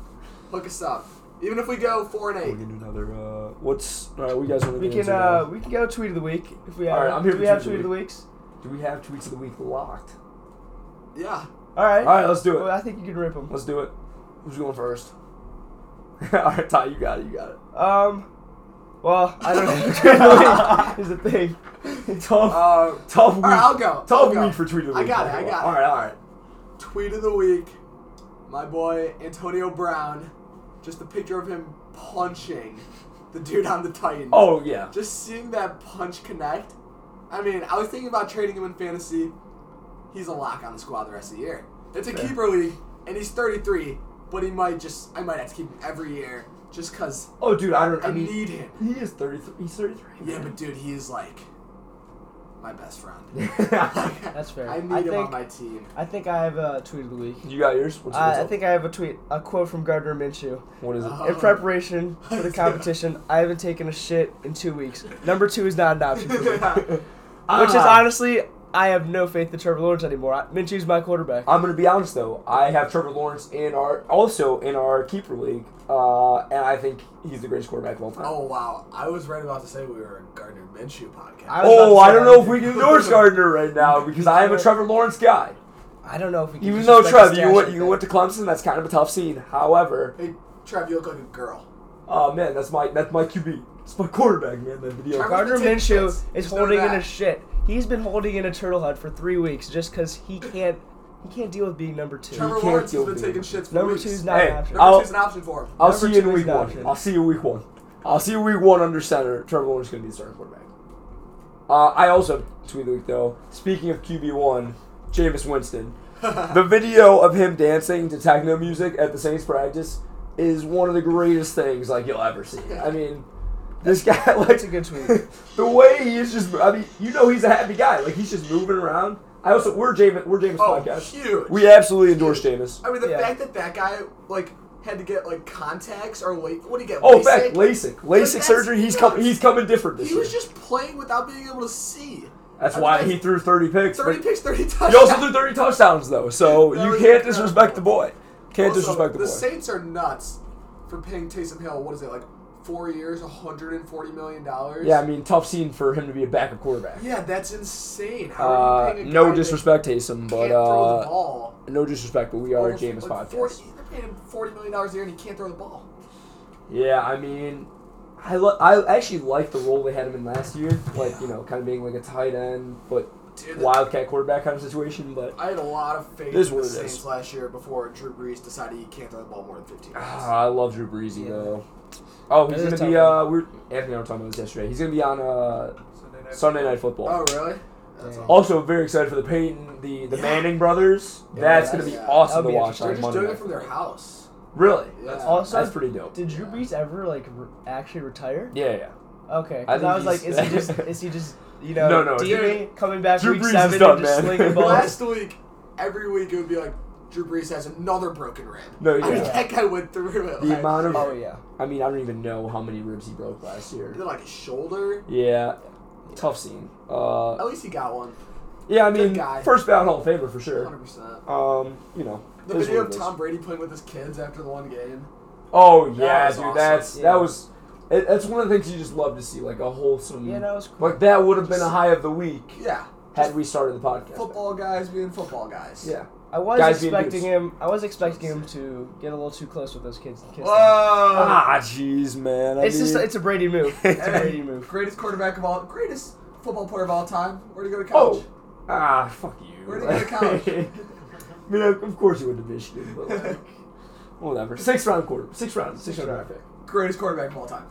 C: hook us up. Even if we go four and
B: We
C: eight.
B: can do another. Uh, what's all right? We guys want to
D: We
B: get
D: can
B: into,
D: uh, we can go tweet of the week if we have.
B: All right,
D: one.
B: I'm here
D: Do
B: for
D: we have
B: tweet
D: tweet
B: of
D: of
B: the
D: the weeks?
B: Do we have tweets of the week locked?
C: Yeah.
D: All right.
B: All right, let's do
D: Well,
B: it.
D: I think you can rip them.
B: Let's do it. Who's going first? all right, Ty, you got it. You got it.
D: Um, well, I don't know. Tweet of the week is the thing.
B: Tough,
C: Uh,
B: tough week.
C: I'll go.
B: Tough
C: I'll go.
B: week for tweet of the
C: I
B: week.
C: got it, I got it.
B: All right, all right.
C: Tweet of the week. My boy Antonio Brown. Just the picture of him punching the dude on the Titans.
B: Oh yeah.
C: Just seeing that punch connect. I mean, I was thinking about trading him in fantasy. He's a lock on the squad the rest of the year. It's a
B: Fair.
C: keeper league, and he's 33, but he might just, I might have to keep him every year just because
B: Oh dude, I don't. I,
C: I
B: mean,
C: need him.
B: he is thirty three. He's thirty three.
C: Yeah, but dude, he's like my best friend.
D: That's fair.
C: I need
D: I
C: him
D: think-
C: on my team.
D: I think I have a tweet of the week.
B: you got yours. What's yours
D: Uh, I, I
B: up? Uh-huh.
D: think I have a tweet, a quote from Gardner Minshew.
B: What is it?
C: Uh,
D: In preparation for the competition, I haven't taken a shit in two weeks. Number two is not an option for me. Which is
B: Ah.
D: honestly, I have no faith in Trevor Lawrence anymore. I- Minshew's my quarterback.
B: I'm gonna be honest though. I have Trevor Lawrence in our also in our keeper league, uh, and I think he's the greatest quarterback of all time.
C: Oh wow! I was right about to say we were a Gardner Minshew podcast.
D: I was about to
B: Oh,
D: say
B: I don't know
D: that.
B: if we can endorse Gardner right now because I am a Trevor Lawrence guy.
D: I don't know if we can
B: Even though
D: disrespect
B: Trev,
D: his
B: you went
D: stash
B: you
D: like
B: went to Clemson, that's kind of a tough scene. However,
C: hey, Trev, you look like a girl.
B: oh man, that's my that's my QB. It's my quarterback, man. That video.
D: that.
C: Trevor-
D: Gardner
C: Let's take
D: Minshew
C: shits.
D: is
C: Just know
D: holding in
C: that.
D: a shit. He's been holding in a turtle head for three weeks just because he can't he can't deal with being number two.
C: Trevor
B: can't
C: Lawrence has
B: deal
C: been
B: with
C: taking
B: it.
C: shits for
D: Number
C: weeks.
D: two's not
B: Hey,
D: an option.
C: Number
B: I'll-
C: two's an option for him.
B: I'll
D: Number
B: see you in
D: two is
B: week
D: the
B: one.
D: option.
B: I'll see you week one. I'll see you week one under center. Trevor Lawrence is going to be the starting quarterback. Uh, I also have tweet of the week though. Speaking of QB one, Jameis Winston, the video of him dancing to techno music at the Saints practice is one of the greatest things like you'll ever see. I mean, this guy like
D: That's a good tweet.
B: the way he is just. I mean, you know he's a happy guy. Like he's just moving around. I also we're Jameis we're Jameis
C: Oh,
B: podcast.
C: huge.
B: We absolutely endorse Jameis.
C: I mean, the
D: Yeah.
C: fact that that guy like had to get like contacts or like what do you get?
B: Oh,
C: LASIK?
B: fact, LASIK,
C: Like,
B: LASIK
C: that's
B: surgery. He's coming.
C: nuts.
B: He's coming different this
C: He
B: year.
C: was just playing without being able to see.
B: That's
C: I mean,
B: why he threw 30 picks.
C: thirty
B: but
C: picks, thirty touchdowns.
B: He also threw 30 touchdowns, though, so
C: That
B: you
C: was
B: can't
C: incredible.
B: disrespect the boy. Can't
C: Also,
B: disrespect the boy.
C: the Saints are nuts for paying Taysom Hill. What is it like? Four years, hundred and forty million dollars.
B: yeah, I mean, tough scene for him to be a backup quarterback.
C: Yeah, that's insane. How are
B: Uh,
C: you paying a guy
B: no
C: that
B: disrespect, Taysom,
C: can't
B: but
C: throw the
B: uh,
C: ball?
B: no disrespect, but we are a
C: Over-
B: Jameis
C: like
B: podcast.
C: 40, they're paying him forty million dollars a year, and he can't throw the ball.
B: Yeah, I mean, I lo- I actually like the role they had him in last year, like you know, kind of being like a tight end, but
C: Dude,
B: wildcat quarterback kind of situation. But
C: I had a lot of faith
B: This is
C: in
B: what
C: the
B: it
C: Saints
B: is.
C: last year before Drew Brees decided he can't throw the ball more than 15 minutes.
B: ah, I love Drew Breesy
D: Yeah.
B: though. Oh, he's
D: That is
B: gonna be
D: a tough
B: uh, we're Anthony and I were talking about this yesterday. He's gonna be on uh,
E: Sunday night.
B: Sunday Night Football.
C: oh, really? That's
D: Dang.
C: awesome.
B: Also, very excited for the Peyton, the, the
C: Yeah.
B: Manning brothers. that's, gonna be
C: yeah.
B: awesome to
D: That'll be
B: watch
C: They're
B: on
C: just
B: Monday.
C: doing
B: night.
C: it from their house.
B: really?
C: Yeah.
D: That's awesome.
B: That's pretty dope.
D: Did Drew Brees ever like re- actually retire?
B: Yeah, yeah.
D: Okay,
B: I
D: 'cause I, was
B: think
D: like,
B: he's-
D: is he just is he just you know
B: No, no,
D: DB coming back
B: Drew
D: week
B: Brees is
D: seven
B: done,
D: and just
B: man.
D: slinging balls?
C: Last week, every week it would be like Drew Brees has another broken rib.
B: No,
C: I mean,
B: Oh, yeah.
C: that guy went through it.
B: The
C: like,
B: amount of-
D: Oh yeah,
B: I mean, I don't even know how many ribs he broke last year.
C: Did like his shoulder?
B: Yeah, tough scene. Uh,
C: At least he got one.
B: yeah, I
C: Good
B: mean,
C: guy.
B: first bound Hall of Famer for sure.
C: 100%.
B: Um, you know,
C: The
B: it is
C: video
B: what
C: of
B: it is.
C: Tom Brady playing with his kids after the one game.
B: Oh
C: That
B: yeah,
C: was
B: dude,
C: awesome.
B: that's
D: Yeah.
B: that was. It, that's one of the things you just love to see, like a wholesome.
D: yeah, that was cool.
B: Like that would have been a high of the week
C: Yeah.
B: had we started the podcast.
C: Football guys being football guys.
B: Yeah.
D: I was
B: Guys being
D: expecting
B: dudes.
D: him. I was expecting him to get a little too close with those kids. and kiss them.
C: Uh,
B: Ah, jeez, man. I
D: It's just
B: mean-
D: it's a Brady move. It's a
C: Hey,
D: Brady move.
C: Greatest quarterback of all, greatest football player of all time. Where'd he go to college?
B: Oh, ah, fuck you.
C: Where'd he go to college?
B: I mean, of of course he went to Michigan, but like, whatever. Six round quarter, six round, six round draft pick.
C: Greatest quarterback of all time.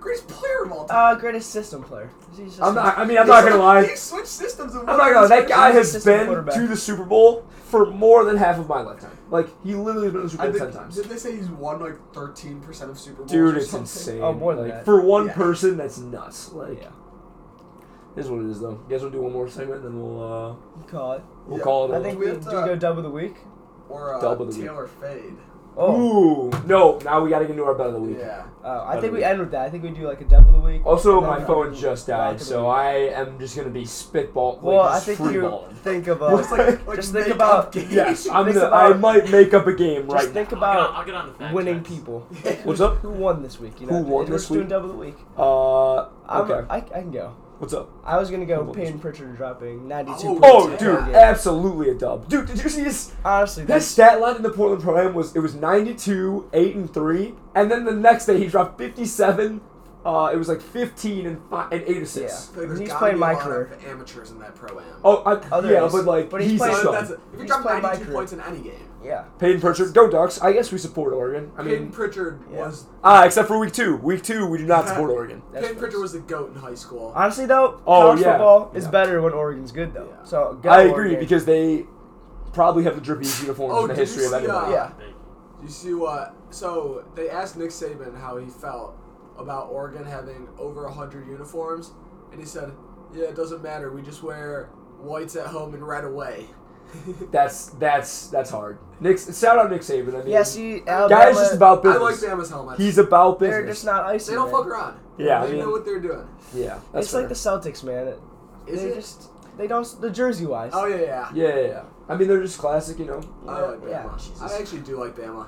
C: Greatest player of all time.
D: Uh, greatest system player. Is he a system-
B: I'm not. I mean, I'm not gonna lie.
C: He switched systems.
B: I'm not gonna lie. That guy has
D: Assistant
B: been
D: quarterback.
B: to the Super Bowl for more than half of my lifetime. Like he literally has been to the Super
C: I
B: Bowl
C: think,
B: ten times.
C: Did they say he's won like 13% of Super Bowls?
B: Dude,
C: or
B: it's
C: something?
B: insane.
D: Oh, more than
B: like,
D: that.
B: For one
C: Yeah.
B: person, that's nuts. Like,
D: Yeah.
B: it is what it is, though. You guys want to do one more segment, then we'll uh,
D: Call it.
B: we'll
C: Yeah.
B: call it.
D: I
B: a-
D: think
C: we
D: we,
C: have
D: do
C: to-
D: we go dub of the week.
C: Or uh,
B: Double the
C: Taylor Fade.
D: Oh,
B: Ooh, no! Now we gotta get into our bet of the week.
C: Yeah.
D: oh,
B: Out
D: I
B: of
D: think
B: the
D: we
B: week.
D: end with that. I think we do like a double of the week.
B: Also,
D: and then
B: my
D: a
B: phone just
D: rock of
B: died,
D: the
B: so
D: week.
B: I am just gonna be spitball. like,
D: Well, I
B: just
D: think
B: free
D: you
B: balling.
D: think of
B: Just
D: uh,
B: like-
C: Like,
D: just think
C: make
D: about-
C: up games.
B: Yes, I'm
D: Think
B: gonna.
D: about-
B: I might make up a game
D: just
B: right. now.
D: think
A: I'll get, on,
D: about
A: I'll get on the fact
D: winning
A: checks.
D: people.
B: What's up?
D: Who won this week? You know,
B: Who won
D: we're
B: this
D: just doing
B: week?
D: double the week.
B: Uh,
D: I'm,
B: okay.
D: I, I can go.
B: What's up?
D: I was gonna
B: Who
D: go
B: won this
D: Peyton Pritchard dropping 92.
B: Oh,
C: Yeah.
D: points in
B: dude,
D: one game.
B: absolutely a dub. Dude, did you see this?
D: honestly,
B: His
D: that's
B: stat line in the Portland program was it was 92, 8 and 3, and then the next day he dropped 57. Uh, it was like 15 and five, and 8 assists.
D: Yeah.
C: Like, there's
D: He's
C: gotta
D: playing
C: be a
D: my
C: lot
D: career.
C: of amateurs in that pro am.
B: Oh, I,
D: Oh, there
B: yeah,
D: is.
B: but like
D: But he's
B: he's
D: playing-
B: a
C: so
B: stud.
C: that's it. If you
D: He's
C: drop
D: playing my
C: 92
D: career.
C: points in any game,
D: yeah.
B: Peyton Pritchard, go Ducks. I guess we support Oregon. I
C: I
B: mean,
C: mean, Pritchard
D: Yeah.
C: was
B: ah, except for week two. Week two, we do not support Oregon.
D: That's
C: Peyton Pritchard was the goat in high school.
D: Honestly, though,
B: Oh,
D: college
B: yeah.
D: football is
B: Yeah.
D: better when Oregon's good, though.
C: Yeah.
D: So go
B: I agree
D: Oregon.
B: because they probably have the drippiest uniforms
C: Oh,
B: in the
C: did you
B: history of
C: see,
B: anybody.
C: uh,
D: yeah,
A: Thank you.
C: You see what? So they asked Nick Saban how he felt about Oregon having over hundred uniforms, and he said, "Yeah, it doesn't matter. We just wear whites at home and red away."
D: uh,
B: That's that's that's hard. Nick, shout out Nick Saban. I mean,
D: yeah. See, Alabama,
B: guys, just about
C: I
B: business.
C: like Bama's helmet.
B: He's about business.
D: they're just not icy.
C: they don't
D: man.
C: fuck around.
B: Yeah,
C: they
B: I mean-
C: know what they're doing.
B: yeah, that's
D: it's
B: fair.
D: like the Celtics, man.
C: Is
D: they
C: it?
D: just they don't the jersey wise.
C: Oh yeah, yeah.
B: yeah, yeah, yeah. I mean, they're just classic, you know.
C: I like Bama.
D: yeah.
C: I actually do like Bama.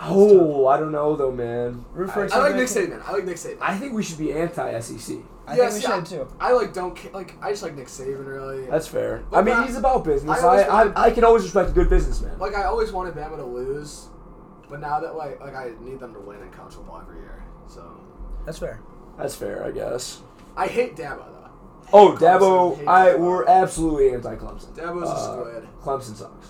B: Oh, I don't know though, man.
D: Root for
B: I-
D: a
C: I
D: team
C: like
D: that
C: Nick
D: can-
C: Saban. I like Nick Saban.
B: I think we should be E anti-SEC.
D: I
C: Yeah,
D: think we
C: see,
D: should too.
C: I like don't ca- like I just like Nick Saban really.
B: That's fair.
C: But
B: I mean,
C: I-
B: he's about business.
C: I
B: I
C: always
B: I,
C: wanted-
B: I, can always respect a good businessman.
C: like I always wanted Bama to lose, but now that like like I need them to win in college football every year. So
D: That's fair.
B: That's fair, I guess.
C: I hate Dabo though.
B: Oh,
C: Clemson,
B: Dabo,
C: hate
B: I
C: Dabo.
B: we're absolutely anti-Clemson.
C: Dabo's
B: Uh,
C: a squid.
B: Clemson sucks.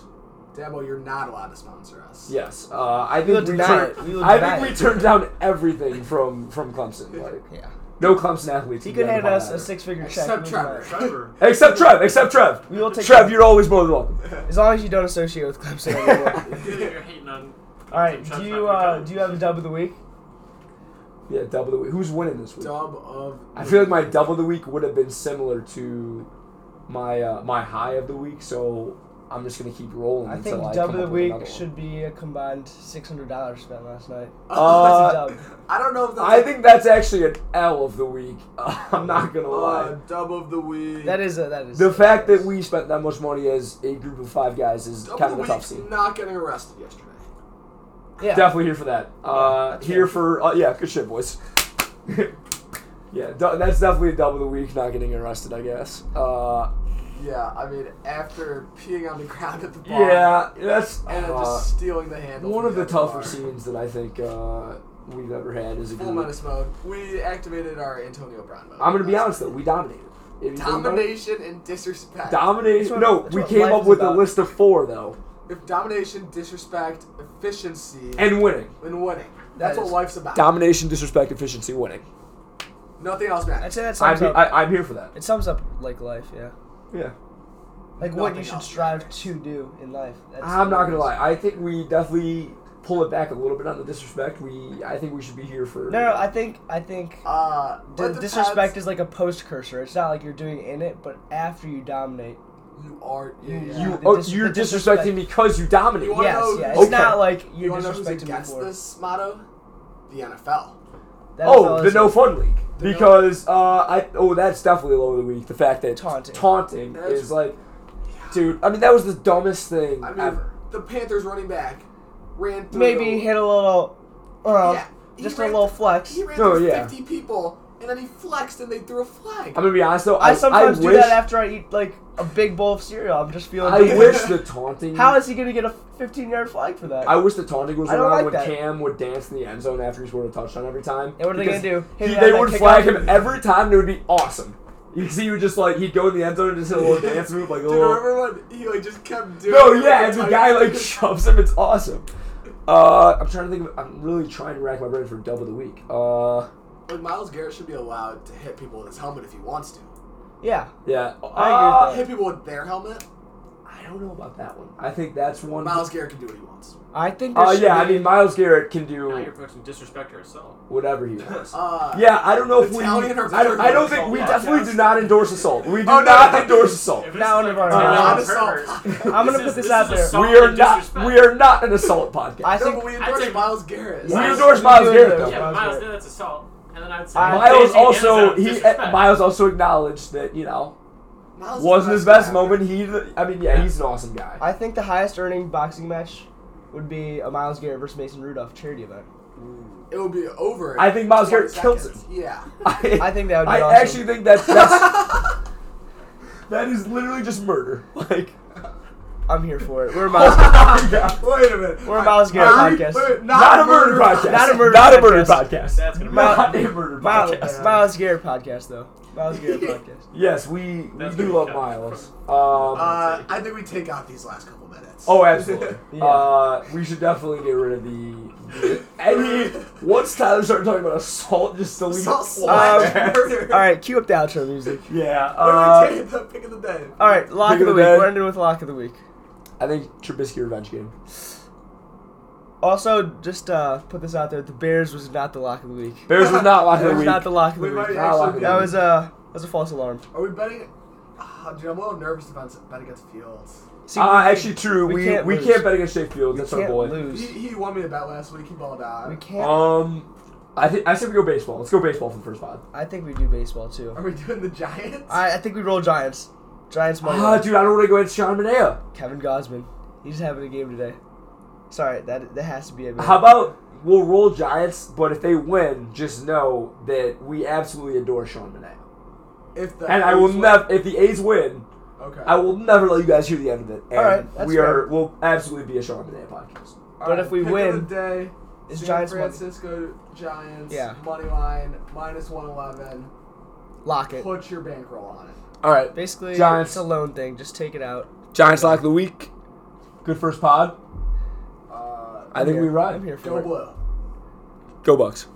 C: Dabo, you're not allowed to sponsor us.
B: Yes, uh, I
D: will
B: think we
D: deny
B: turned,
D: it. We will
B: I
D: deny
B: think we
D: it.
B: turned down everything from from Clemson. Like
D: Yeah.
B: no Clemson athletes.
D: He
B: can
D: could
B: be on
D: hand
B: the
D: us
B: pod
D: a
B: either.
D: six figure check.
C: Except
D: we would
C: Trevor.
D: buy
A: Trevor.
B: Except Trev. Except Trev.
D: it. We will take
B: Trev,
D: that.
B: you're always more than welcome.
D: as long as you don't associate with Clemson anymore.
A: You're hating on.
D: All right.
A: Shots
D: Do
A: not
D: you
A: gonna
D: uh,
A: count.
D: do you have a dub of the week?
B: Yeah, double the week. Who's winning this week?
C: Dub of.
B: I feel like my double the week would have been similar to my uh, my high of the week, so I'm just gonna keep rolling.
D: I
B: until
D: think
B: I
D: dub
B: come
D: of the
B: up with
D: week
B: another one.
D: should be a combined six hundred dollars spent last night.
B: Uh,
D: That's a dub.
C: I don't know if that's
B: I think that's actually an L of the week. I'm not gonna
D: Oh,
C: uh,
B: lie.
C: dub of the week.
D: That is a that is
B: The fact that we spent that much money as a group of five guys is
C: dub
B: kind
C: of
B: of
C: the
B: a tough
C: week's
B: scene.
C: not getting arrested yesterday.
D: yeah.
B: Definitely here for that. Uh,
D: that's
B: here
D: right.
B: for uh, yeah, good shit, boys. yeah, du- that's definitely a double the week. Not getting arrested, I guess. Uh,
C: Yeah, I mean after peeing on the ground at the bar.
B: yeah, that's
C: And then
B: uh,
C: just stealing the handle.
B: one
C: from
B: of the
C: other
B: tougher
C: bar.
B: scenes that I think uh, we've ever had as a
C: Full
B: group.
C: menace mode. We activated our Antonio Brown mode.
B: I'm gonna be honest though, we dominated. If you think about it.
C: Domination and disrespect.
D: That's
B: Domination.
D: what-
B: No,
D: that's
B: we
D: what
B: came
D: life
B: up
D: is
B: with a
D: about.
B: list of four though,
C: if domination, disrespect, efficiency, and,
B: and winning.
C: winning. That's
D: That
C: what
D: is-
C: life's about.
B: Domination, disrespect, efficiency, winning.
C: Nothing else
D: I'd
C: matters.
D: say that
B: I'm,
D: sums
B: he-
D: up.
B: I, I'm here for that.
D: it sums up like life, yeah.
B: Yeah.
D: Like what
C: Nothing
D: you should
C: else
D: strive
C: matters.
D: to do in life. That's
B: I'm not
D: what it
B: gonna
D: is.
B: lie. I think we definitely pull it back a little bit on the disrespect. We, I think we should be here for.
D: No, no. I think I think
C: Uh,
D: the
C: let the
D: disrespect
C: Pats-
D: is like a post cursor. It's not like you're doing in it, but after you dominate.
C: You are. Yeah, yeah.
B: you,
D: the
B: oh,
D: dis-
B: you're
D: the
B: disrespecting
D: disrespect.
B: me because you dominate.
C: You wanna
D: yes,
C: know-
D: yeah. It's
B: Okay.
D: not like
C: You
D: you're
C: want to know
D: disrespecting
C: who's
D: me
C: against
D: for.
C: this motto? The NFL.
D: That
B: oh, the
D: is-
B: no fun league.
C: The no-
B: Because uh, I oh that's definitely low of the week. The fact that
D: Taunting.
B: taunting
C: That's-
B: is like, dude. I mean that was the dumbest thing
C: I mean,
B: ever.
C: the Panthers running back ran through.
D: Maybe hit a little, uh,
C: Yeah, he
D: just a
C: ran-
D: little flex.
C: He ran
B: No,
C: through
B: yeah.
C: 50 people, and then he flexed, and they threw a flag.
B: I'm gonna be honest though. I,
D: I sometimes
B: I
D: do
B: wish,
D: that after I eat like a big bowl of cereal. I'm just feeling.
B: I
D: good.
B: wish the taunting.
D: How is he gonna get a 15 yard flag for that?
B: I wish the taunting was
D: I don't
B: around
D: like
B: when
D: that.
B: Cam would dance in the end zone after he scored a touchdown every time.
D: And what are they
B: Because
D: gonna do? Hit
B: he-
D: him out
B: they
D: of that
B: would
D: kickoff?
B: flag him every time. and It would be awesome. You see, he would just like he'd go in the end zone and just hit a little dance move, like oh. a
C: Dude,
B: little.
C: remember when he like just kept doing?
B: No,
C: it,
B: yeah,
C: like,
B: and the
C: tight-
B: guy like shoves him. It's awesome. Uh, I'm trying to think. Of, I'm really trying to rack my brain for double the week. Uh,
C: Like Miles Garrett should be allowed to hit people with his helmet if he wants to.
D: yeah.
B: yeah.
D: I agree with
B: Uh,
D: that.
C: Hit people with their helmet.
B: I I don't know about that one. I think that's one.
C: Miles Garrett can do what he wants.
D: I think. there
B: Oh
D: should
B: yeah, I
D: be-
B: mean Miles Garrett can
A: Now you're
B: do
A: fucking disrespect yourself.
B: whatever he wants.
C: Uh,
B: Yeah, I don't know if we.
C: Italian or
B: I don't, I don't
C: German
B: think we
A: assault
B: definitely
A: podcast.
B: do not endorse assault. We do
C: Oh, no.
B: not endorse assault.
A: If it's
D: Now
A: like
D: under our-
A: a
D: Uh,
A: non-
C: not assault.
A: pervert,
D: I'm gonna
A: this
D: put
A: is-
D: this
A: this
D: out
A: is
D: there.
A: assault
B: We are
A: and
B: not.
A: disrespect.
B: We are not an assault podcast.
D: I
C: No,
D: think
C: but we endorse
A: think-
C: Miles Garrett.
B: we
D: Miles-
B: endorse
D: we
B: Miles
D: do
B: Garrett
D: endorse
B: though.
A: Yeah,
D: Miles
A: Miles,
D: Garrett.
A: yeah, that's assault. And then I'd say
D: Miles
B: Miles
A: Daisy and
B: also
A: Zach
B: he
A: disrespect.
B: Miles also acknowledged that you know
C: Miles is
B: wasn't
C: the
B: his best
C: guy.
B: moment. He, I mean, yeah,
A: Yeah.
B: he's an awesome guy.
D: I think the highest earning boxing match would be a Miles Garrett versus Mason Rudolph charity event.
C: It would be over. in
B: I think Miles
C: 20
B: Garrett kills
C: seconds. Yeah.
D: I think that would be
B: I
D: awesome.
B: actually think that that's that is literally just murder. Like
D: I'm here for it. We're a Miles.
C: Wait a minute.
D: We're a Miles Garrett podcast.
C: wait,
B: not, a murder, podcast.
D: Not a murder
B: Not a
D: podcast.
B: murder podcast.
A: That's gonna be
D: Miles-
B: Not a murder
D: Miles,
B: podcast.
D: Miles Garrett podcast though. Miles Garrett podcast.
B: Yes, we, we
A: That's
B: do
A: gonna
B: love
A: cut.
B: Miles. Um,
C: Uh, I think we take out these last couple minutes.
B: oh, absolutely.
D: Yeah.
B: uh, we should definitely get rid of the. Any once Tyler started talking about assault, just delete Um,
C: Assault,
B: all
C: slash
B: that.
C: murder.
D: All right, cue up the outro music.
B: Yeah.
C: What
B: Uh,
C: do we take the pick of the day?
D: All right, lock
B: Pick
D: of the
B: of
D: week.
B: the day.
D: We're ending with lock of the week.
B: I think Trubisky revenge game.
D: Also, just uh, put this out there: the Bears was not the lock of the week.
B: Bears was not lock of
D: That
B: the
D: was
B: week.
D: not the lock of the
C: We might
D: week.
B: Not lock
C: actually.
B: of
C: be-
B: the
D: That
B: week.
D: was a that was a false alarm.
C: Are we betting? Ah, dude, I'm a little nervous about bet against Fields.
D: See,
B: Uh,
D: we-
B: actually, true.
D: we
B: We we
D: can't
B: can't,
D: lose.
B: bet against Jay Fields.
D: we
B: That's
D: can't
B: our boy.
D: lose.
C: He, he won me a bet last week. He balled out.
D: We can't.
B: Um, I think I said we go baseball. Let's go baseball for the first pod.
D: I think we do baseball too.
C: Are we doing the Giants?
D: I, I think we roll Giants. Giants money.
B: Ah,
D: line.
B: dude, I don't want to go against Sean Manea.
D: Kevin Gosman. He's having a game today. Sorry, that that has to be it. man.
B: How about we'll roll Giants, but if they win, just know that we absolutely adore Sean Manea.
C: if the
B: And I will
C: A's win-
B: never, if the A's win,
C: Okay.
B: I will never let you guys hear the end of it. And
D: All right, that's
B: we are
D: fair.
B: will absolutely be a Sean Manea podcast.
C: All
D: but if we
C: pick
D: win,
C: of the day
D: it's
C: San
D: Giants money.
C: Francisco Giants.
D: Yeah.
C: Money line minus one eleven.
D: Lock it.
C: Put your bankroll on it.
B: All right,
D: Basically,
B: Giants.
D: it's a loan thing. Just take it out.
B: Giants lock of the week. Good first pod.
C: Uh,
B: I think
D: Yeah,
B: we ride.
D: I'm here for
C: go
D: it.
C: blue.
B: Go Bucks.